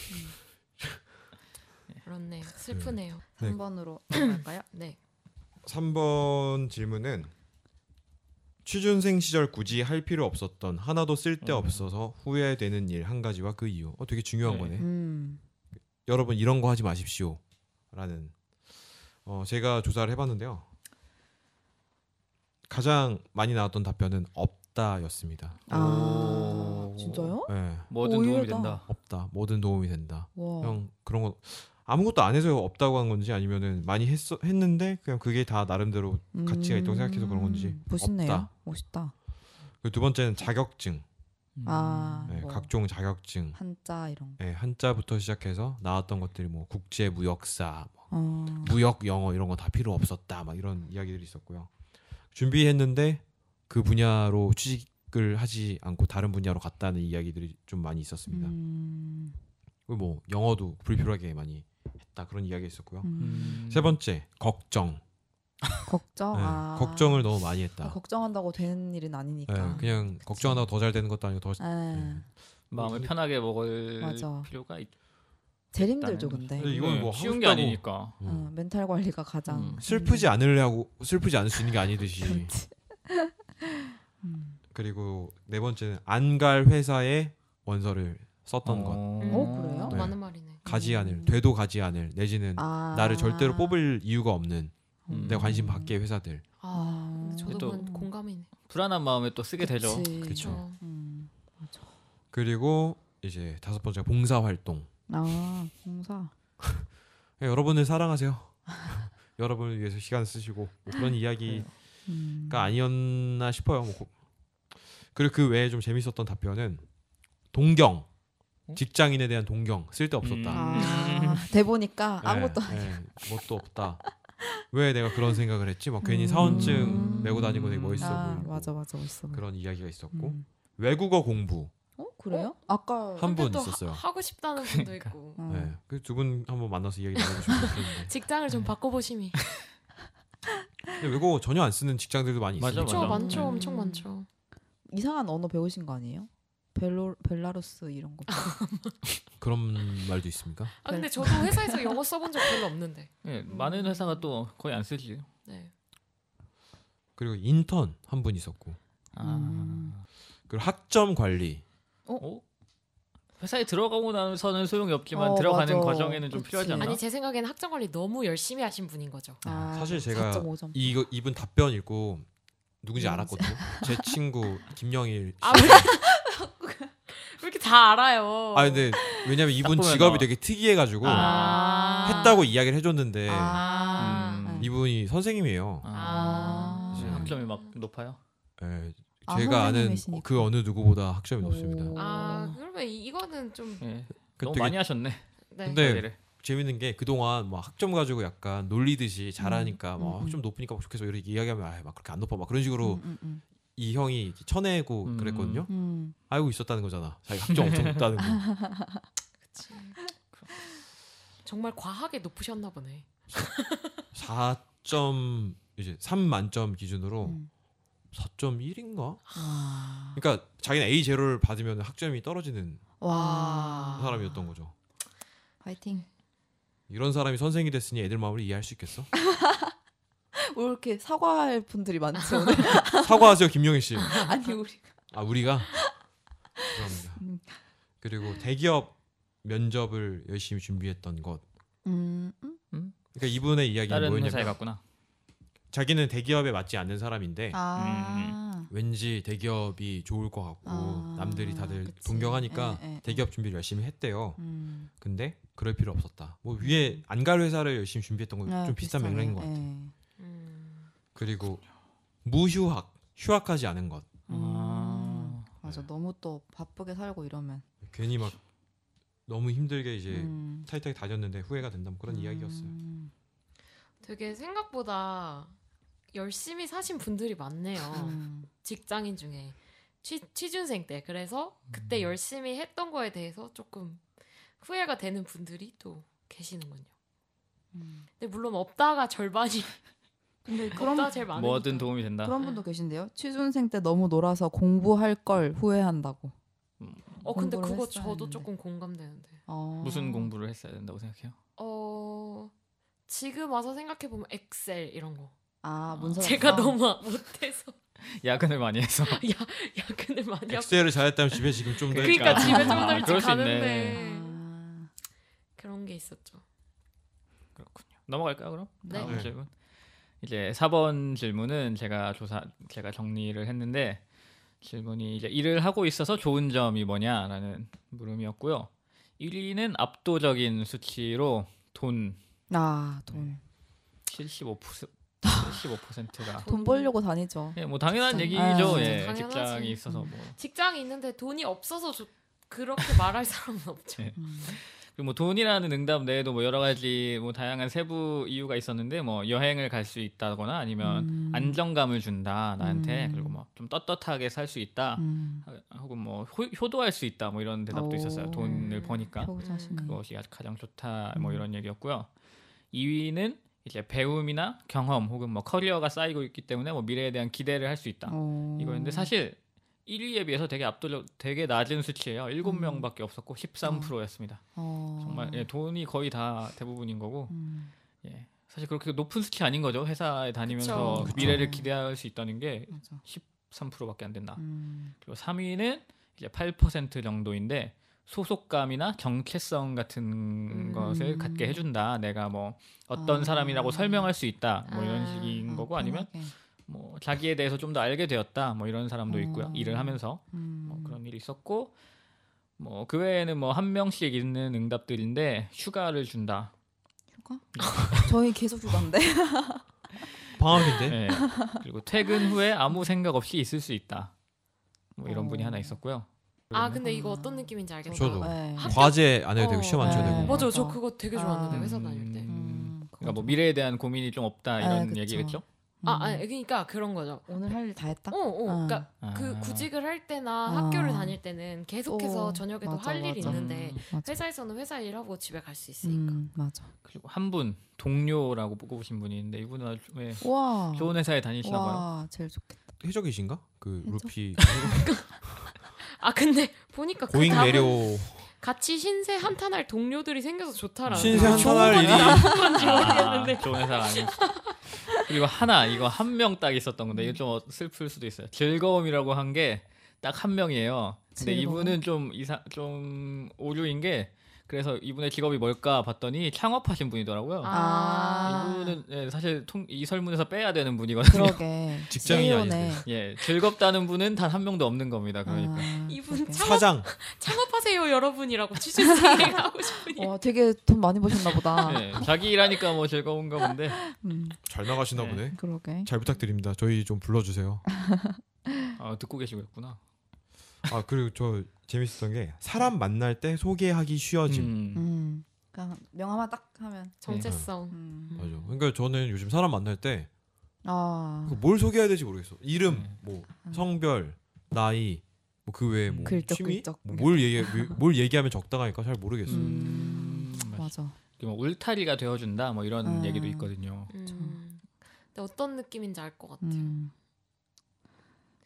[SPEAKER 3] 그렇네요. 슬프네요.
[SPEAKER 2] 3번으로 넘어갈까요?
[SPEAKER 3] 네.
[SPEAKER 1] 3번 질문은 취준생 시절 굳이 할 필요 없었던 하나도 쓸데 없어서 후회되는 일 한 가지와 그 이유. 어 되게 중요한
[SPEAKER 4] 음. 네.
[SPEAKER 1] 거네.
[SPEAKER 2] 음.
[SPEAKER 1] 여러분 이런 거 하지 마십시오라는 어 제가 조사를 해봤는데요. 가장 많이 나왔던 답변은 없다였습니다.
[SPEAKER 2] 아.
[SPEAKER 4] 오.
[SPEAKER 2] 진짜요?
[SPEAKER 1] 예,
[SPEAKER 4] 뭐든 도움이
[SPEAKER 2] 오해다.
[SPEAKER 4] 된다.
[SPEAKER 2] 어.
[SPEAKER 1] 없다. 뭐든 도움이 된다.
[SPEAKER 2] 와.
[SPEAKER 1] 형 그런 거 아무것도 안 해서 없다고 한 건지 아니면은 많이 했어, 했는데 그냥 그게 다 나름대로 가치가 있다고 생각해서 그런 건지
[SPEAKER 2] 음, 멋있네요.
[SPEAKER 1] 없다.
[SPEAKER 2] 멋있다.
[SPEAKER 1] 그리고 두 번째는 자격증
[SPEAKER 2] 아,
[SPEAKER 1] 네,
[SPEAKER 2] 뭐.
[SPEAKER 1] 각종 자격증
[SPEAKER 2] 한자 이런 거.
[SPEAKER 1] 네, 한자부터 시작해서 나왔던 것들이 뭐 국제 무역사 뭐
[SPEAKER 2] 어,
[SPEAKER 1] 무역 영어 이런 거 다 필요 없었다 막 이런 이야기들이 있었고요. 준비했는데 그 분야로 취직을 하지 않고 다른 분야로 갔다는 이야기들이 좀 많이 있었습니다.
[SPEAKER 2] 음,
[SPEAKER 1] 그리고 뭐 영어도 불필요하게 많이 했다 그런 이야기 있었고요.
[SPEAKER 2] 음.
[SPEAKER 1] 세 번째 걱정.
[SPEAKER 2] 걱정.
[SPEAKER 1] 네,
[SPEAKER 2] 아.
[SPEAKER 1] 걱정을 너무 많이 했다.
[SPEAKER 2] 아, 걱정한다고 되는 일은 아니니까.
[SPEAKER 1] 네, 그냥 걱정하다가 더 잘 되는 것도 아니고 더
[SPEAKER 2] 예.
[SPEAKER 1] 네.
[SPEAKER 4] 마음을 편하게 먹을
[SPEAKER 2] 맞아.
[SPEAKER 4] 필요가 있.
[SPEAKER 2] 제일 힘들죠,
[SPEAKER 4] 일단은.
[SPEAKER 2] 근데.
[SPEAKER 1] 네, 이건
[SPEAKER 4] 네,
[SPEAKER 1] 뭐
[SPEAKER 4] 쉬운
[SPEAKER 1] 하고
[SPEAKER 4] 게
[SPEAKER 1] 싶다고.
[SPEAKER 4] 아니니까.
[SPEAKER 1] 음.
[SPEAKER 2] 어, 멘탈 관리가 가장
[SPEAKER 4] 음.
[SPEAKER 1] 슬프지 않으려고 슬프지 않을 수 있는 게
[SPEAKER 2] *laughs*
[SPEAKER 1] 아니듯이
[SPEAKER 2] 음.
[SPEAKER 1] 그리고 네 번째는 안 갈 회사에 원서를 썼던 것
[SPEAKER 2] 어, 그래요?
[SPEAKER 3] 또
[SPEAKER 4] 음,
[SPEAKER 1] 네.
[SPEAKER 3] 많은 말이네.
[SPEAKER 1] 가지 않을
[SPEAKER 2] 음.
[SPEAKER 1] 돼도 가지 않을 내지는
[SPEAKER 2] 아.
[SPEAKER 1] 나를 절대로 뽑을 이유가 없는
[SPEAKER 4] 음.
[SPEAKER 1] 내 관심 밖의 회사들
[SPEAKER 2] 음.
[SPEAKER 3] 아, 근데 저도
[SPEAKER 4] 또-
[SPEAKER 3] 그건 공감이네.
[SPEAKER 4] 불안한 마음에 또 쓰게 되죠.
[SPEAKER 2] 그치.
[SPEAKER 1] 그쵸.
[SPEAKER 3] 어.
[SPEAKER 2] 음, 맞아.
[SPEAKER 1] 그리고 이제 다섯 번째 봉사 활동 예,
[SPEAKER 2] 아, 공사.
[SPEAKER 1] 여러분을 사랑하세요 *laughs* 여러분을 위해서 시간 쓰시고 뭐 그런
[SPEAKER 2] 네.
[SPEAKER 1] 이야기가
[SPEAKER 2] 음.
[SPEAKER 1] 그러니까 아니었나 싶어요 뭐 고- 그리고 그 외에 좀 재밌었던 답변은 동경
[SPEAKER 2] 네?
[SPEAKER 4] 음?
[SPEAKER 1] 직장인에 대한 동경 쓸데없었다
[SPEAKER 2] 아, *laughs* 대보니까 아무것도
[SPEAKER 1] 음. 네, 네, 뭐도 없다 왜 내가 그런 생각을 했지 막 괜히 사원증
[SPEAKER 2] 음.
[SPEAKER 1] 메고 다니고 되게 멋있어
[SPEAKER 2] 아,
[SPEAKER 1] 보이고
[SPEAKER 2] 맞아 맞아 멋있어. 보여.
[SPEAKER 1] 그런 이야기가 있었고
[SPEAKER 2] 음.
[SPEAKER 1] 외국어 공부
[SPEAKER 2] 어 그래요? 아까
[SPEAKER 1] 한
[SPEAKER 3] 근데
[SPEAKER 1] 분
[SPEAKER 3] 또
[SPEAKER 1] 있었어요.
[SPEAKER 3] 하, 고 싶다는 분도 있고.
[SPEAKER 2] 어.
[SPEAKER 1] 네. 그두 분 한번 만나서 이야기 나눠보시면
[SPEAKER 2] *laughs*
[SPEAKER 1] 좋겠는데
[SPEAKER 3] 직장을
[SPEAKER 2] 네.
[SPEAKER 1] *laughs*
[SPEAKER 3] 좀 바꿔보심이.
[SPEAKER 1] 근데 외국어 전혀 안 쓰는 직장들도 많이
[SPEAKER 4] 맞아,
[SPEAKER 1] 있어요.
[SPEAKER 3] 그쵸,
[SPEAKER 4] 맞아.
[SPEAKER 3] 많죠,
[SPEAKER 2] 음.
[SPEAKER 3] 엄청 많죠.
[SPEAKER 2] 이상한 언어 배우신 거 아니에요? 벨로 벨라루스 이런 거.
[SPEAKER 1] 아, 그런 말도 있습니까?
[SPEAKER 2] 네.
[SPEAKER 3] 아 근데 저도 회사에서 영어 써본 적 별로 없는데.
[SPEAKER 4] 예,
[SPEAKER 2] 음.
[SPEAKER 4] 많은 회사가 또 거의 안 쓰지.
[SPEAKER 3] 네.
[SPEAKER 1] 그리고 인턴 한 분 있었고
[SPEAKER 4] 아.
[SPEAKER 2] 음.
[SPEAKER 1] 그리고 학점 관리
[SPEAKER 4] 어? 회사에 들어가고 나서는 소용이 없지만
[SPEAKER 2] 어,
[SPEAKER 4] 들어가는
[SPEAKER 2] 맞아.
[SPEAKER 4] 과정에는 좀
[SPEAKER 2] 그치.
[SPEAKER 4] 필요하지
[SPEAKER 1] 네.
[SPEAKER 4] 않나?
[SPEAKER 3] 아니 제 생각에는 학점 관리 너무 열심히 하신 분인 거죠.
[SPEAKER 2] 아,
[SPEAKER 1] 사실 제가
[SPEAKER 2] 4.5점.
[SPEAKER 1] 이거 이분 답변 읽고 누군지
[SPEAKER 2] 음.
[SPEAKER 1] 알았거든요. 제 친구 김영일.
[SPEAKER 3] 아,
[SPEAKER 1] 씨.
[SPEAKER 3] 왜 이렇게 다 알아요?
[SPEAKER 1] 아 근데 왜냐면 이분
[SPEAKER 4] 보면
[SPEAKER 1] 직업이
[SPEAKER 4] 나와.
[SPEAKER 1] 되게 특이해가지고
[SPEAKER 4] 아.
[SPEAKER 1] 했다고 이야기를 해줬는데
[SPEAKER 2] 아.
[SPEAKER 3] 아.
[SPEAKER 4] 음.
[SPEAKER 2] 네.
[SPEAKER 1] 이분이 선생님이에요.
[SPEAKER 3] 아.
[SPEAKER 1] 이제
[SPEAKER 4] 학점이 막 높아요.
[SPEAKER 1] 예,
[SPEAKER 2] 아,
[SPEAKER 1] 제가 아, 는
[SPEAKER 2] 선생님이시니까.
[SPEAKER 1] 그 어느 누구보다 학점이 높습니다.
[SPEAKER 2] 오.
[SPEAKER 3] 아, 그러면 이- 이거는 좀
[SPEAKER 4] 예.
[SPEAKER 1] 그
[SPEAKER 4] 너무
[SPEAKER 1] 되게
[SPEAKER 4] 많이 하셨네.
[SPEAKER 3] 네.
[SPEAKER 1] 근데
[SPEAKER 4] 과제를.
[SPEAKER 1] 재밌는 게 그동안 뭐 학점 가지고 약간 놀리듯이 잘하니까
[SPEAKER 2] 음,
[SPEAKER 1] 뭐
[SPEAKER 2] 음,
[SPEAKER 1] 학점 높으니까 뭐 좋겠어 이렇게 이야기하면 아 막 그렇게 안 높아 막 그런 식으로
[SPEAKER 2] 음, 음,
[SPEAKER 1] 이 형이 이렇게 쳐내고
[SPEAKER 4] 음.
[SPEAKER 1] 그랬거든요
[SPEAKER 2] 음. 음.
[SPEAKER 1] 알고 있었다는 거잖아 자기 학점 엄청 높다는 거
[SPEAKER 2] *laughs*
[SPEAKER 3] 그치. 정말 과하게 높으셨나 보네.
[SPEAKER 1] 4점 이제 3 만점 기준으로
[SPEAKER 2] 음.
[SPEAKER 1] 4.1인가
[SPEAKER 2] 와.
[SPEAKER 1] 그러니까 자기는 A 제로를 받으면 학점이 떨어지는
[SPEAKER 2] 와.
[SPEAKER 1] 사람이었던 거죠
[SPEAKER 2] 파이팅.
[SPEAKER 1] 이런 사람이 선생이 됐으니 애들 마음을 이해할 수 있겠어
[SPEAKER 2] 왜뭐 이렇게 사과할 분들이 많죠? 오늘?
[SPEAKER 1] 사과하세요 김용희 씨 아
[SPEAKER 2] *laughs* 아니 우리.
[SPEAKER 1] 우리가 죄송합니다
[SPEAKER 2] 음.
[SPEAKER 1] 그리고 대기업 면접을 열심히 준비했던 것
[SPEAKER 2] *laughs* 음. 음.
[SPEAKER 1] 그러니까 이분의 이야기는
[SPEAKER 4] 다른 회사에
[SPEAKER 1] 뭐였냐면
[SPEAKER 4] 갔구나.
[SPEAKER 1] 자기는 대기업에 맞지 않는 사람인데
[SPEAKER 2] 아.
[SPEAKER 1] 왠지 대기업이 좋을 것 같고
[SPEAKER 2] 아,
[SPEAKER 1] 남들이 다들
[SPEAKER 2] 그치.
[SPEAKER 1] 동경하니까
[SPEAKER 2] 에, 에, 에.
[SPEAKER 1] 대기업 준비를 열심히 했대요.
[SPEAKER 2] 음.
[SPEAKER 1] 근데 그럴 필요 없었다. 뭐 위에 안 갈 회사를 열심히 준비했던 건 좀
[SPEAKER 2] 아,
[SPEAKER 1] 비슷한
[SPEAKER 2] 비슷하네요.
[SPEAKER 1] 맥락인 것 같아요.
[SPEAKER 2] 예.
[SPEAKER 3] 음.
[SPEAKER 1] 그리고 무휴학, 휴학하지 않은 것.
[SPEAKER 2] 음.
[SPEAKER 4] 아.
[SPEAKER 2] 맞아
[SPEAKER 1] 네.
[SPEAKER 2] 너무 또 바쁘게 살고 이러면
[SPEAKER 1] 괜히 막 너무 힘들게 이제
[SPEAKER 2] 음.
[SPEAKER 1] 타이트하게 다녔는데 후회가 된다. 뭐 예. 그런
[SPEAKER 2] 음.
[SPEAKER 1] 이야기였어요.
[SPEAKER 3] 되게 생각보다 열심히 사신 분들이 많네요.
[SPEAKER 2] 음.
[SPEAKER 3] 직장인 중에 취, 취준생 때 그래서 그때
[SPEAKER 1] 음.
[SPEAKER 3] 열심히 했던 거에 대해서 조금 후회가 되는 분들이 또 계시는군요.
[SPEAKER 2] 음.
[SPEAKER 3] 근데 물론 없다가 절반이
[SPEAKER 2] 근데
[SPEAKER 3] 없다
[SPEAKER 2] 그런
[SPEAKER 3] 제일 많으니까.
[SPEAKER 4] 뭐든 도움이 된다.
[SPEAKER 2] 그런 분도 계신데요. 취준생 때 너무 놀아서 공부할 걸 후회한다고.
[SPEAKER 3] 어 근데
[SPEAKER 2] 공부를
[SPEAKER 3] 그거
[SPEAKER 2] 했어야
[SPEAKER 3] 저도
[SPEAKER 2] 했는데.
[SPEAKER 3] 조금 공감되는데.
[SPEAKER 2] 어.
[SPEAKER 4] 무슨 공부를 했어야 된다고 생각해요? *laughs*
[SPEAKER 3] 어 지금 와서 생각해 보면 엑셀 이런 거.
[SPEAKER 2] 아 문서.
[SPEAKER 3] 제가
[SPEAKER 2] 작성?
[SPEAKER 3] 너무 못해서 *laughs*
[SPEAKER 4] 야근을 많이 해서. *laughs*
[SPEAKER 3] 야 야근을 많이 하고.
[SPEAKER 1] 엑셀을 잘했다면 집에 지금 좀 더 *laughs*
[SPEAKER 3] 그러니까
[SPEAKER 4] 그러니까.
[SPEAKER 3] 집에
[SPEAKER 4] 아,
[SPEAKER 3] 좀
[SPEAKER 4] 그럴
[SPEAKER 3] 덜지
[SPEAKER 4] 수 있네.
[SPEAKER 3] 가는데
[SPEAKER 2] 아.
[SPEAKER 3] 그런 게 있었죠.
[SPEAKER 4] 그렇군요. 넘어갈까요, 그럼?
[SPEAKER 2] 네.
[SPEAKER 4] 다음
[SPEAKER 1] 네.
[SPEAKER 4] 질문. 이제 4번 질문은 제가 조사 제가 정리를 했는데 질문이 이제 일을 하고 있어서 좋은 점이 뭐냐라는 물음이었고요. 1위는 압도적인 수치로 돈
[SPEAKER 2] 아, 돈.
[SPEAKER 4] 75% 75%가
[SPEAKER 2] 돈 벌려고 다니죠.
[SPEAKER 4] 예, 뭐 당연한
[SPEAKER 2] 직장.
[SPEAKER 4] 얘기죠.
[SPEAKER 2] 아, 음.
[SPEAKER 4] 예,
[SPEAKER 3] 당연하지.
[SPEAKER 4] 직장이 있어서 뭐
[SPEAKER 3] 직장이 있는데 돈이 없어서 저- 그렇게 말할 사람은 *laughs* 없죠.
[SPEAKER 4] 예.
[SPEAKER 2] 음.
[SPEAKER 4] 그리고 뭐 돈이라는 응답 내에도 뭐 여러 가지 뭐 다양한 세부 이유가 있었는데 뭐 여행을 갈 수 있다거나 아니면
[SPEAKER 2] 음.
[SPEAKER 4] 안정감을 준다 나한테
[SPEAKER 2] 음.
[SPEAKER 4] 그리고 뭐 좀 떳떳하게 살 수 있다
[SPEAKER 2] 음.
[SPEAKER 4] 하- 혹은 뭐 효, 효도할 수 있다 뭐 이런 대답도
[SPEAKER 2] 오.
[SPEAKER 4] 있었어요 돈을
[SPEAKER 3] 음.
[SPEAKER 4] 버니까
[SPEAKER 2] 효자신.
[SPEAKER 4] 그것이 아주 가장 좋다 뭐
[SPEAKER 2] 음.
[SPEAKER 4] 이런 얘기였고요 2위는 이제 배움이나 경험 혹은 뭐 커리어가 쌓이고 있기 때문에 뭐 미래에 대한 기대를 할 수 있다
[SPEAKER 2] 어.
[SPEAKER 4] 이거였는데 사실 1위에 비해서 되게 압도적 되게 낮은 수치예요
[SPEAKER 2] 음.
[SPEAKER 4] 7명밖에 없었고 13%였습니다
[SPEAKER 2] 어.
[SPEAKER 4] 정말 예, 돈이 거의 다 대부분인 거고
[SPEAKER 2] 음.
[SPEAKER 4] 예. 사실 그렇게 높은 수치 아닌 거죠 회사에 다니면서
[SPEAKER 3] 그쵸.
[SPEAKER 2] 그쵸.
[SPEAKER 4] 미래를 기대할 수 있다는 게
[SPEAKER 2] 맞아.
[SPEAKER 4] 3%밖에 안 된다
[SPEAKER 2] 음.
[SPEAKER 4] 그리고 3위는 이제 8% 정도인데 소속감이나 정체성 같은
[SPEAKER 3] 음.
[SPEAKER 4] 것을 갖게 해준다. 내가 뭐 어떤
[SPEAKER 2] 아.
[SPEAKER 4] 사람이라고 설명할 수 있다. 뭐 이런
[SPEAKER 3] 아.
[SPEAKER 4] 식인
[SPEAKER 2] 아,
[SPEAKER 4] 거고 아니면
[SPEAKER 2] 편하게.
[SPEAKER 4] 뭐 자기에 대해서 좀 더 알게 되었다. 뭐 이런 사람도 있고요.
[SPEAKER 2] 어.
[SPEAKER 4] 일을 하면서
[SPEAKER 2] 음.
[SPEAKER 4] 뭐 그런 일이 있었고 뭐 그 외에는 뭐 한 명씩 있는 응답들인데 휴가를 준다.
[SPEAKER 2] 휴가? 저희 계속
[SPEAKER 4] *laughs*
[SPEAKER 2] 휴가인데.
[SPEAKER 1] 방학인데
[SPEAKER 4] 예. 그리고 퇴근 후에 아무 생각 없이 있을 수 있다. 뭐 이런 분이
[SPEAKER 2] 어. 그
[SPEAKER 4] 하나 있었고요.
[SPEAKER 3] 아 근데 이거 어떤 느낌인지 알겠다.
[SPEAKER 1] 저도.
[SPEAKER 2] 네.
[SPEAKER 1] 과제 안 해도 되고
[SPEAKER 3] 어,
[SPEAKER 1] 시험 안 쳐도
[SPEAKER 2] 네.
[SPEAKER 1] 되고
[SPEAKER 2] 뭐.
[SPEAKER 3] 맞아, 저 그거 되게 좋았는데
[SPEAKER 2] 아.
[SPEAKER 3] 회사 다닐 때.
[SPEAKER 2] 음,
[SPEAKER 4] 그러니까 뭐
[SPEAKER 2] 그건
[SPEAKER 4] 미래에 대한 고민이 좀 없다
[SPEAKER 2] 아,
[SPEAKER 4] 이런
[SPEAKER 2] 그쵸.
[SPEAKER 4] 얘기겠죠.
[SPEAKER 2] 음.
[SPEAKER 3] 아, 아니, 그러니까 그런 거죠.
[SPEAKER 2] 오늘 할 일 다 했다.
[SPEAKER 3] 어, 어,
[SPEAKER 2] 아.
[SPEAKER 3] 그러니까
[SPEAKER 4] 아.
[SPEAKER 3] 그 구직을 할 때나
[SPEAKER 2] 아.
[SPEAKER 3] 학교를 다닐 때는 계속해서
[SPEAKER 2] 어,
[SPEAKER 3] 저녁에도
[SPEAKER 2] 맞아,
[SPEAKER 3] 할 일이
[SPEAKER 2] 맞아. 음.
[SPEAKER 4] 음,
[SPEAKER 3] 있는데
[SPEAKER 2] 맞아.
[SPEAKER 3] 회사에서는 회사 일하고 집에 갈 수 있으니까.
[SPEAKER 2] 음, 맞아.
[SPEAKER 4] 그리고 한 분 동료라고 뽑으신 분이 있는데 이분은 아주 왜
[SPEAKER 2] 와.
[SPEAKER 4] 좋은 회사에 다니시나 봐요.
[SPEAKER 2] 와, 제일 좋겠다.
[SPEAKER 1] 해적이신가? 그
[SPEAKER 2] 해적?
[SPEAKER 1] 루피
[SPEAKER 3] 아 근데 보니까 그
[SPEAKER 1] 고잉
[SPEAKER 3] 다음
[SPEAKER 1] 내려
[SPEAKER 3] 같이 신세 한탄할 동료들이 생겨서 좋다라는.
[SPEAKER 1] 신세
[SPEAKER 3] 거야.
[SPEAKER 1] 한탄할 일이
[SPEAKER 3] 뭔지 모르겠는데.
[SPEAKER 4] 아, 좋은 회사가 아니지. 그리고 하나 이거 한 명 딱 있었던 건데
[SPEAKER 3] 음.
[SPEAKER 4] 이거 좀 어- 슬플 수도 있어요. 즐거움이라고 한 게 딱 한 명이에요. 근데
[SPEAKER 2] 즐거움?
[SPEAKER 4] 이분은 좀 이사 좀 오류인 게 그래서 이분의 직업이 뭘까 봤더니 창업하신 분이더라고요.
[SPEAKER 2] 아.
[SPEAKER 4] 이분은 예, 사실 통, 이 설문에서 빼야 되는
[SPEAKER 3] *laughs*
[SPEAKER 4] 분이거든요. *laughs*
[SPEAKER 2] 그러게.
[SPEAKER 1] 직장인이
[SPEAKER 2] CEO네.
[SPEAKER 1] 아니세요.
[SPEAKER 4] 예, 즐겁다는 분은 단 한 명도 없는 겁니다. 그러니까.
[SPEAKER 2] 아,
[SPEAKER 3] 이분
[SPEAKER 2] 그러게.
[SPEAKER 3] 참-
[SPEAKER 1] 사장
[SPEAKER 3] 창업하세요 여러분이라고
[SPEAKER 1] *laughs*
[SPEAKER 3] 취준생하고 싶으니.
[SPEAKER 2] 와, 되게 돈 많이 버셨나 보다.
[SPEAKER 4] *laughs* 네, 자기 일하니까 뭐 즐거운가 본데
[SPEAKER 2] 음,
[SPEAKER 1] 잘 나가시나
[SPEAKER 4] 네.
[SPEAKER 1] 보네.
[SPEAKER 2] 그러게.
[SPEAKER 1] 잘 부탁드립니다. 저희 좀 불러주세요.
[SPEAKER 4] 아, 듣고 계시겠구나.
[SPEAKER 1] 아 그리고 저 재밌었던 게 사람 만날 때 소개하기 쉬워짐.
[SPEAKER 4] 음.
[SPEAKER 2] 음. 그러니까 명함만 딱 하면.
[SPEAKER 3] 정체성.
[SPEAKER 2] 음.
[SPEAKER 1] 맞아. 그러니까 저는 요즘 사람 만날 때 뭘
[SPEAKER 2] 아.
[SPEAKER 1] 소개해야 될지 모르겠어. 이름,
[SPEAKER 4] 네.
[SPEAKER 1] 뭐 성별, 나이, 뭐 그 외에 뭐
[SPEAKER 2] 글적,
[SPEAKER 1] 취미,
[SPEAKER 2] 글적.
[SPEAKER 1] 뭐뭘 얘기 뭘 얘기하면 적당할까 잘 모르겠어. 요
[SPEAKER 2] 음.
[SPEAKER 4] 음,
[SPEAKER 2] 맞아.
[SPEAKER 4] 이게 뭐 울타리가 되어준다 뭐 이런
[SPEAKER 2] 아.
[SPEAKER 4] 얘기도 있거든요.
[SPEAKER 3] 음. 근데 어떤 느낌인지 알 것 같아요.
[SPEAKER 2] 음.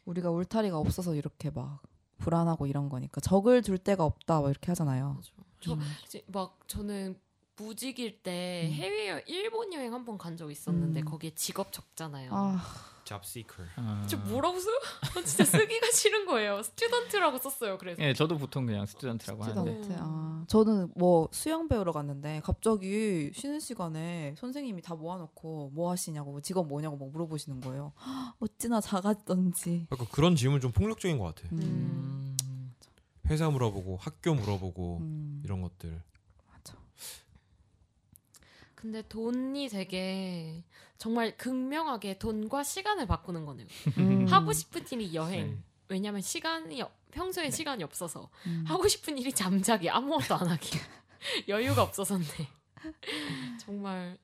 [SPEAKER 2] 우리가 울타리가 없어서 이렇게 막 불안하고 이런 거니까 적을 둘 데가 없다 막 이렇게 하잖아요.
[SPEAKER 3] 맞아. 저 이제 막 저는 무직일 때
[SPEAKER 2] 음.
[SPEAKER 3] 해외 여 일본 여행 한 번 간 적 있었는데
[SPEAKER 2] 음.
[SPEAKER 3] 거기에 직업 적잖아요.
[SPEAKER 2] 아,
[SPEAKER 1] 잡시커.
[SPEAKER 4] 아.
[SPEAKER 3] 저 뭐라고 써요? *laughs* 진짜 쓰기가 싫은 거예요. 스튜던트라고 썼어요. 그래서
[SPEAKER 4] 예, 저도 보통 그냥 스튜던트라고
[SPEAKER 3] 네.
[SPEAKER 4] 하는데
[SPEAKER 2] 스튜던트. 아, 저는 뭐 수영 배우러 갔는데 갑자기 쉬는 시간에 선생님이 다 모아놓고 뭐 하시냐고 뭐 직업 뭐냐고 막 물어보시는 거예요. *gasps* 헉, 어찌나 작았던지.
[SPEAKER 1] 약간 그런 질문 좀 폭력적인 것 같아.
[SPEAKER 2] 음.
[SPEAKER 4] 음.
[SPEAKER 1] 회사 물어보고 학교 물어보고
[SPEAKER 2] 음.
[SPEAKER 1] 이런 것들.
[SPEAKER 3] 근데 돈이 되게 정말 극명하게 돈과 시간을 바꾸는 거네요.
[SPEAKER 2] 음.
[SPEAKER 3] 하고 싶은 일이 여행.
[SPEAKER 4] 네.
[SPEAKER 3] 왜냐면 시간이 없-
[SPEAKER 2] 네.
[SPEAKER 3] 평소에 시간이 없어서
[SPEAKER 2] 음.
[SPEAKER 3] 하고 싶은 일이 잠자기 아무것도 안 하기 *laughs* 여유가 없어서인데 *laughs* 정말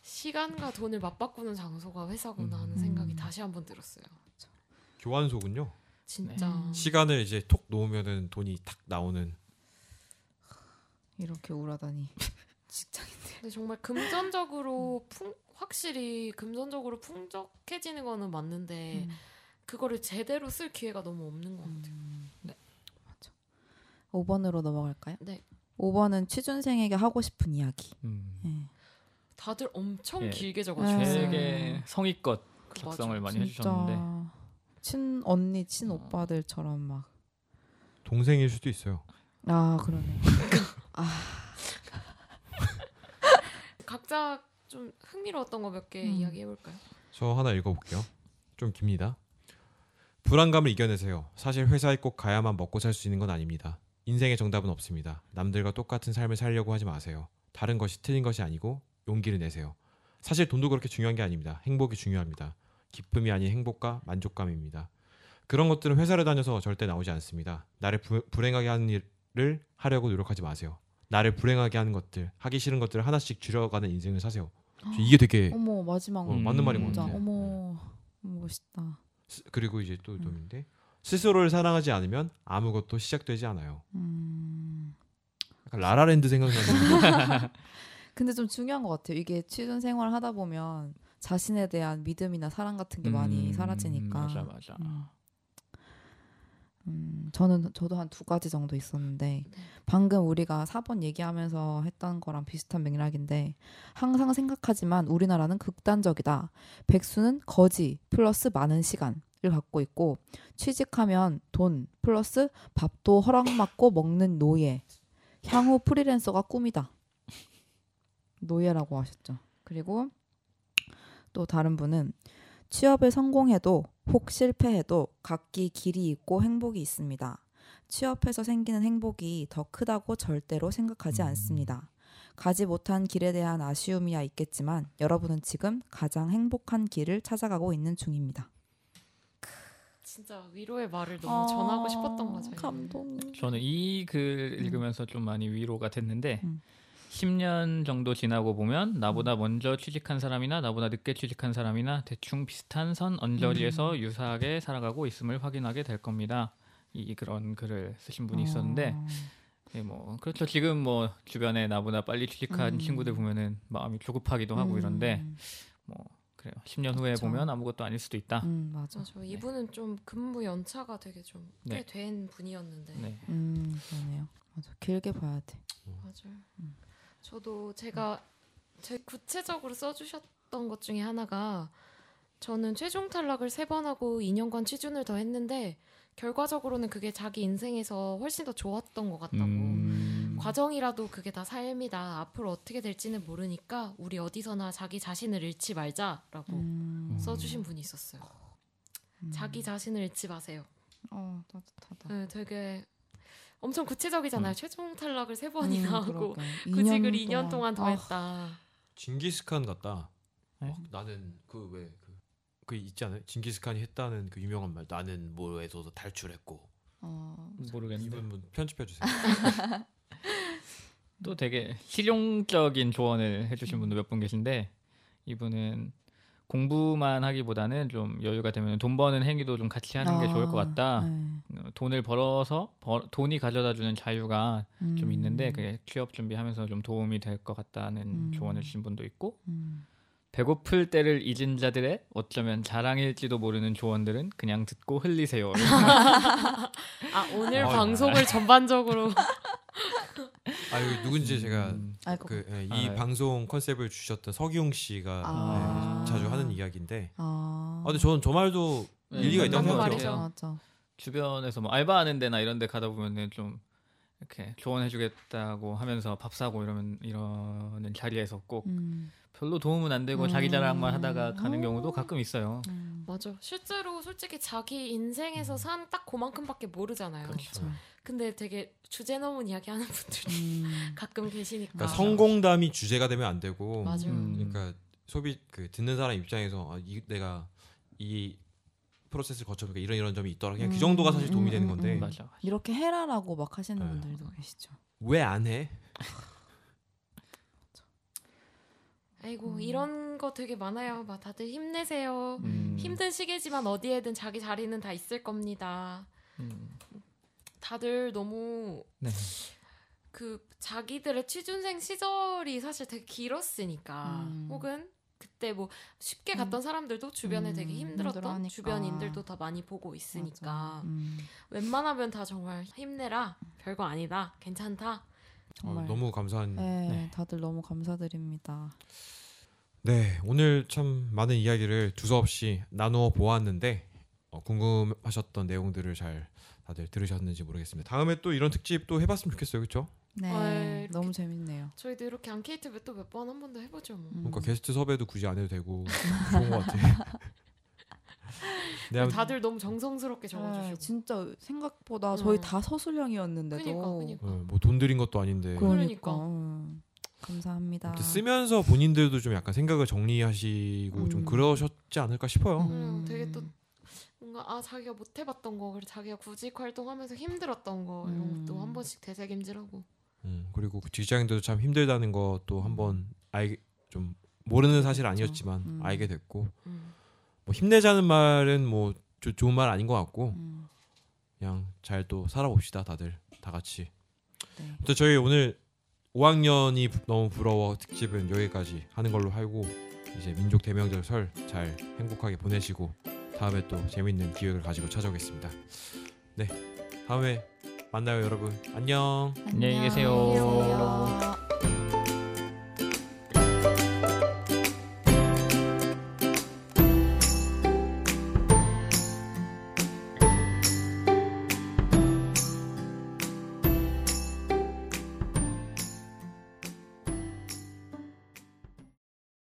[SPEAKER 3] 시간과 돈을 맞바꾸는 장소가 회사구나 하는
[SPEAKER 2] 음.
[SPEAKER 3] 생각이 다시 한번 들었어요.
[SPEAKER 1] 교환소군요.
[SPEAKER 3] 진짜
[SPEAKER 2] 네.
[SPEAKER 1] 시간을 이제 톡 놓으면은 돈이 탁 나오는.
[SPEAKER 2] 이렇게
[SPEAKER 3] *laughs*
[SPEAKER 2] 우울하다니. 직장인들.
[SPEAKER 3] 근데 정말 금전적으로 풍 확실히 금전적으로 풍족해지는 거는 맞는데
[SPEAKER 2] 음.
[SPEAKER 3] 그거를 제대로 쓸 기회가 너무 없는 것 같아요.
[SPEAKER 2] 음.
[SPEAKER 4] 네.
[SPEAKER 2] 맞아. 5번으로 넘어갈까요?
[SPEAKER 3] 네.
[SPEAKER 2] 5번은 취준생에게 하고 싶은 이야기.
[SPEAKER 4] 음.
[SPEAKER 2] 예.
[SPEAKER 3] 다들 엄청
[SPEAKER 4] 예.
[SPEAKER 3] 길게
[SPEAKER 2] 음. 뭐
[SPEAKER 3] 적어주셨어요.
[SPEAKER 4] 되게 성의껏
[SPEAKER 3] 그
[SPEAKER 4] 작성을
[SPEAKER 3] 맞아.
[SPEAKER 4] 많이 해주셨는데
[SPEAKER 2] 친 언니, 친 오빠들처럼 막.
[SPEAKER 1] 동생일 수도 있어요.
[SPEAKER 2] 아
[SPEAKER 4] *laughs*
[SPEAKER 2] 그러네.
[SPEAKER 3] 각자 좀 흥미로웠던 거 몇 개
[SPEAKER 2] 음.
[SPEAKER 3] 이야기해볼까요?
[SPEAKER 1] 저 하나 읽어볼게요. 좀 깁니다. 불안감을 이겨내세요. 사실 회사에 꼭 가야만 먹고 살 수 있는 건 아닙니다. 인생의 정답은 없습니다. 남들과 똑같은 삶을 살려고 하지 마세요. 다른 것이 틀린 것이 아니고 용기를 내세요. 사실 돈도 그렇게 중요한 게 아닙니다. 행복이 중요합니다. 기쁨이 아닌 행복과 만족감입니다. 그런 것들은 회사를 다녀서 절대 나오지 않습니다. 나를 부- 불행하게 하는 일을 하려고 노력하지 마세요. 나를 불행하게 하는 것들, 하기 싫은 것들을 하나씩 줄여가는 인생을 사세요. 저 이게
[SPEAKER 4] 네.
[SPEAKER 1] 되게
[SPEAKER 2] 어머 마지막
[SPEAKER 1] 어,
[SPEAKER 4] 음,
[SPEAKER 1] 맞는 말인 것
[SPEAKER 2] 진짜
[SPEAKER 1] 같아요.
[SPEAKER 2] 어머
[SPEAKER 4] 네.
[SPEAKER 2] 멋있다.
[SPEAKER 1] 스- 그리고 이제 또 좀인데 스스로를 사랑하지 않으면 아무것도 시작되지 않아요.
[SPEAKER 2] 음.
[SPEAKER 1] 약간 라라랜드 생각나는.
[SPEAKER 2] 근데 좀 중요한 것 같아요. 이게 취준 생활 하다 보면 자신에 대한 믿음이나 사랑 같은 게 많이
[SPEAKER 4] 음,
[SPEAKER 2] 사라지니까.
[SPEAKER 4] 맞아 맞아.
[SPEAKER 2] 음. 음, 저는 저도 한 두 가지 정도 있었는데 방금 우리가 4번 얘기하면서 했던 거랑 비슷한 맥락인데 항상 생각하지만 우리나라는 극단적이다. 백수는 거지 플러스 많은 시간을 갖고 있고 취직하면 돈 플러스 밥도 허락받고 먹는 노예. 향후 프리랜서가 꿈이다. 노예라고 하셨죠. 그리고 또 다른 분은 취업에 성공해도 혹 실패해도 각기 길이 있고 행복이 있습니다. 취업해서 생기는 행복이 더 크다고 절대로 생각하지 않습니다. 가지 못한 길에 대한 아쉬움이야 있겠지만 여러분은 지금 가장 행복한 길을 찾아가고 있는 중입니다.
[SPEAKER 3] 진짜 위로의 말을 너무 전하고 싶었던 거죠.
[SPEAKER 2] 아, 감동.
[SPEAKER 4] 저는 이 글 읽으면서 좀 많이 위로가 됐는데
[SPEAKER 2] 음.
[SPEAKER 4] 10년 정도 지나고 보면 나보다 먼저 취직한 사람이나 나보다 늦게 취직한 사람이나 대충 비슷한 선 언저리에서
[SPEAKER 2] 음.
[SPEAKER 4] 유사하게 살아가고 있음을 확인하게 될 겁니다. 이 그런 글을 쓰신 분이 있었는데
[SPEAKER 2] 어.
[SPEAKER 4] 네, 뭐 그렇죠. 지금 뭐 주변에 나보다 빨리 취직한
[SPEAKER 2] 음.
[SPEAKER 4] 친구들 보면은 마음이 조급하기도 하고
[SPEAKER 2] 음,
[SPEAKER 4] 이런데 뭐 그래요. 10년 후에
[SPEAKER 2] 그쵸.
[SPEAKER 4] 보면 아무것도 아닐 수도 있다.
[SPEAKER 2] 음 맞아.
[SPEAKER 3] 맞아. 이분은 좀 근무 연차가 되게 좀
[SPEAKER 4] 네.
[SPEAKER 3] 꽤 된 분이었는데.
[SPEAKER 4] 네.
[SPEAKER 2] 음 그러네요. 맞아. 길게 봐야 돼.
[SPEAKER 3] 맞아요.
[SPEAKER 2] 음.
[SPEAKER 3] 저도 제가 제 구체적으로 써주셨던 것 중에 하나가 저는 최종 탈락을 세 번 하고 2년간 취준을 더 했는데 결과적으로는 그게 자기 인생에서 훨씬 더 좋았던 것 같다고.
[SPEAKER 4] 음.
[SPEAKER 3] 과정이라도 그게 다 삶이다. 앞으로 어떻게 될지는 모르니까 우리 어디서나 자기 자신을 잃지 말자라고
[SPEAKER 2] 음.
[SPEAKER 3] 써주신 분이 있었어요.
[SPEAKER 2] 음.
[SPEAKER 3] 자기 자신을 잃지 마세요.
[SPEAKER 2] 어 따뜻하다.
[SPEAKER 3] 네, 되게 엄청 구체적이잖아요. 최종 탈락을 세 음.
[SPEAKER 2] 음,
[SPEAKER 3] 그러니까. 번이나 하고
[SPEAKER 2] 직
[SPEAKER 3] 구직을 2년 동안
[SPEAKER 2] 아,
[SPEAKER 3] 아. 더 했다.
[SPEAKER 1] 징기스칸 같다.
[SPEAKER 4] 네?
[SPEAKER 1] 막 나는 그 왜 그 그 있지 않아요? 징기스칸이 했다는 그 유명한 말. 나는 뭐에서도 탈출했고.
[SPEAKER 2] 어,
[SPEAKER 1] 이
[SPEAKER 4] 모르겠는데
[SPEAKER 1] 분 편집해 주세요.
[SPEAKER 4] 또 되게 실용적인 조언을 해주신 분도 몇 분 계신데 이분은 공부만 하기보다는 좀 여유가 되면 돈 버는 행위도 좀 같이 하는 게
[SPEAKER 2] 아,
[SPEAKER 4] 좋을 것 같다.
[SPEAKER 2] 네.
[SPEAKER 4] 어, 돈을 벌어서 벌- 돈이 가져다주는 자유가 좀
[SPEAKER 2] 음.
[SPEAKER 4] 있는데 그게 취업 준비하면서 좀 도움이 될 것 같다는
[SPEAKER 2] 음.
[SPEAKER 4] 조언을 주신 분도 있고
[SPEAKER 2] 음.
[SPEAKER 4] 배고플 때를 잊은 자들의 어쩌면 자랑일지도 모르는 조언들은 그냥
[SPEAKER 1] *laughs*
[SPEAKER 4] 듣고 흘리세요.
[SPEAKER 3] 아 오늘
[SPEAKER 1] 어, *laughs*
[SPEAKER 3] 방송을 전반적으로
[SPEAKER 1] 아 여기 누군지 제가
[SPEAKER 4] 음,
[SPEAKER 2] 알것
[SPEAKER 1] 그, 예, 이
[SPEAKER 4] 알아요.
[SPEAKER 1] 방송 컨셉을 주셨던 서기용 씨가
[SPEAKER 2] 아.
[SPEAKER 1] 예, 자주 하는 이야기인데.
[SPEAKER 2] 아.
[SPEAKER 1] 아 근데 저는 저 말도
[SPEAKER 4] 네,
[SPEAKER 1] 일리가 있다고
[SPEAKER 3] 맞는
[SPEAKER 1] 생각해요.
[SPEAKER 3] 말이죠.
[SPEAKER 2] 음, 맞아.
[SPEAKER 4] 주변에서 뭐 알바하는 데나 이런 데 가다 보면은 좀 이렇게 조언해주겠다고 하면서 밥 사고 이러면 이러는 자리에서 꼭
[SPEAKER 2] 음.
[SPEAKER 4] 별로 도움은 안 되고 자기 자랑만
[SPEAKER 2] 음.
[SPEAKER 4] 하다가 가는
[SPEAKER 2] 어.
[SPEAKER 4] 경우도 가끔 있어요.
[SPEAKER 2] 음.
[SPEAKER 3] *laughs* 맞아. 실제로 솔직히 자기 인생에서 산 딱 음. 그만큼밖에 모르잖아요.
[SPEAKER 2] 그렇죠.
[SPEAKER 3] 근데 되게 주제 넘은 이야기 하는 분들이
[SPEAKER 2] 음.
[SPEAKER 3] *laughs* 가끔 계시니까.
[SPEAKER 1] 그러니까 성공담이 주제가 되면 안 되고
[SPEAKER 3] 아. 맞아요.
[SPEAKER 4] 음.
[SPEAKER 1] 그러니까 소비 그 듣는 사람 입장에서 아, 이, 내가 이 프로세스를 거쳐보니까 이런 이런 점이 있더라 그냥 그
[SPEAKER 2] 음,
[SPEAKER 1] 정도가 사실 도움이
[SPEAKER 2] 음,
[SPEAKER 1] 되는
[SPEAKER 2] 음,
[SPEAKER 1] 건데
[SPEAKER 2] 음.
[SPEAKER 4] 맞아.
[SPEAKER 2] 이렇게 해라라고 막 하시는
[SPEAKER 1] 네.
[SPEAKER 2] 분들도 계시죠.
[SPEAKER 1] 왜 안 해?
[SPEAKER 3] 아이고
[SPEAKER 2] 음.
[SPEAKER 3] 이런 거 되게 많아요. 막 다들 힘내세요.
[SPEAKER 4] 음.
[SPEAKER 3] 힘든 시기지만 어디에든 자기 자리는 다 있을 겁니다.
[SPEAKER 4] 음.
[SPEAKER 3] 다들 너무
[SPEAKER 4] 네.
[SPEAKER 3] 그 자기들의 취준생 시절이 사실 되게 길었으니까
[SPEAKER 2] 음.
[SPEAKER 3] 혹은 그때 뭐 쉽게 갔던 사람들도 주변에
[SPEAKER 2] 음,
[SPEAKER 3] 되게 힘들었던
[SPEAKER 2] 힘들어하니까.
[SPEAKER 3] 주변인들도 다 많이 보고 있으니까
[SPEAKER 2] 맞아. 음.
[SPEAKER 3] 웬만하면 다 정말 힘내라 별거 아니다 괜찮다
[SPEAKER 2] 정말
[SPEAKER 1] 어, 너무 감사한 네.
[SPEAKER 2] 네,
[SPEAKER 4] 네.
[SPEAKER 2] 다들 너무 감사드립니다.
[SPEAKER 1] 네, 오늘 참 많은 이야기를 두서없이 나누어 보았는데 어, 궁금하셨던 내용들을 잘 다들 들으셨는지 모르겠습니다 다음에 또 이런 특집 또 해봤으면 좋겠어요 그렇죠?
[SPEAKER 2] 네,
[SPEAKER 3] 어, 이렇게-
[SPEAKER 2] 너무 재밌네요.
[SPEAKER 3] 저희도 이렇게 앙케이트 몇 또 몇 번 한 번 더 해보죠 뭐.
[SPEAKER 2] 음.
[SPEAKER 1] 그러니까 게스트 섭외도 굳이 안 해도
[SPEAKER 2] *laughs*
[SPEAKER 1] 되고 좋은 것 같아요 네,
[SPEAKER 2] 음.
[SPEAKER 1] 아무튼
[SPEAKER 3] 다들 너무 정성스럽게
[SPEAKER 2] 네,
[SPEAKER 3] 적어주시고
[SPEAKER 2] 진짜 생각보다 저희
[SPEAKER 3] 음.
[SPEAKER 2] 다 서술형이었는데도
[SPEAKER 1] 어,
[SPEAKER 3] 그니까 그니까
[SPEAKER 4] 네.
[SPEAKER 1] 뭐 돈 들인 것도 아닌데
[SPEAKER 3] 그러니까.
[SPEAKER 2] 음. 감사합니다.
[SPEAKER 1] 아무튼 쓰면서 본인들도 좀 약간 생각을 정리하시고 좀
[SPEAKER 2] 음.
[SPEAKER 1] 그러셨지 않을까 싶어요.
[SPEAKER 3] 음, 되게 또 뭔가 아 자기가 못 해봤던 거 그리고 자기가 구직 활동하면서 힘들었던 거 이런 것도
[SPEAKER 2] 음.
[SPEAKER 3] 한 번씩 되새김질하고
[SPEAKER 1] 음, 그리고 그 직장인들도 참 힘들다는 거 또 한번 알게 좀 모르는 사실 아니었지만
[SPEAKER 2] 음.
[SPEAKER 1] 알게 됐고
[SPEAKER 3] 음.
[SPEAKER 1] 뭐 힘내자는 말은 뭐 조- 좋은 말 아닌 것 같고
[SPEAKER 2] 음,
[SPEAKER 1] 그냥 잘 또 살아봅시다 다들 다 같이.
[SPEAKER 2] 네.
[SPEAKER 1] 또 저희 오늘 5학년이 너무 부러워 특집은 여기까지 하는 걸로 하고 이제 민족 대명절 설 잘 행복하게 보내시고 다음에 또 재밌는 기획을 가지고 찾아오겠습니다. 네 다음에 만나요 여러분 안녕.
[SPEAKER 4] 안녕히 계세요.
[SPEAKER 3] 안녕히 계세요.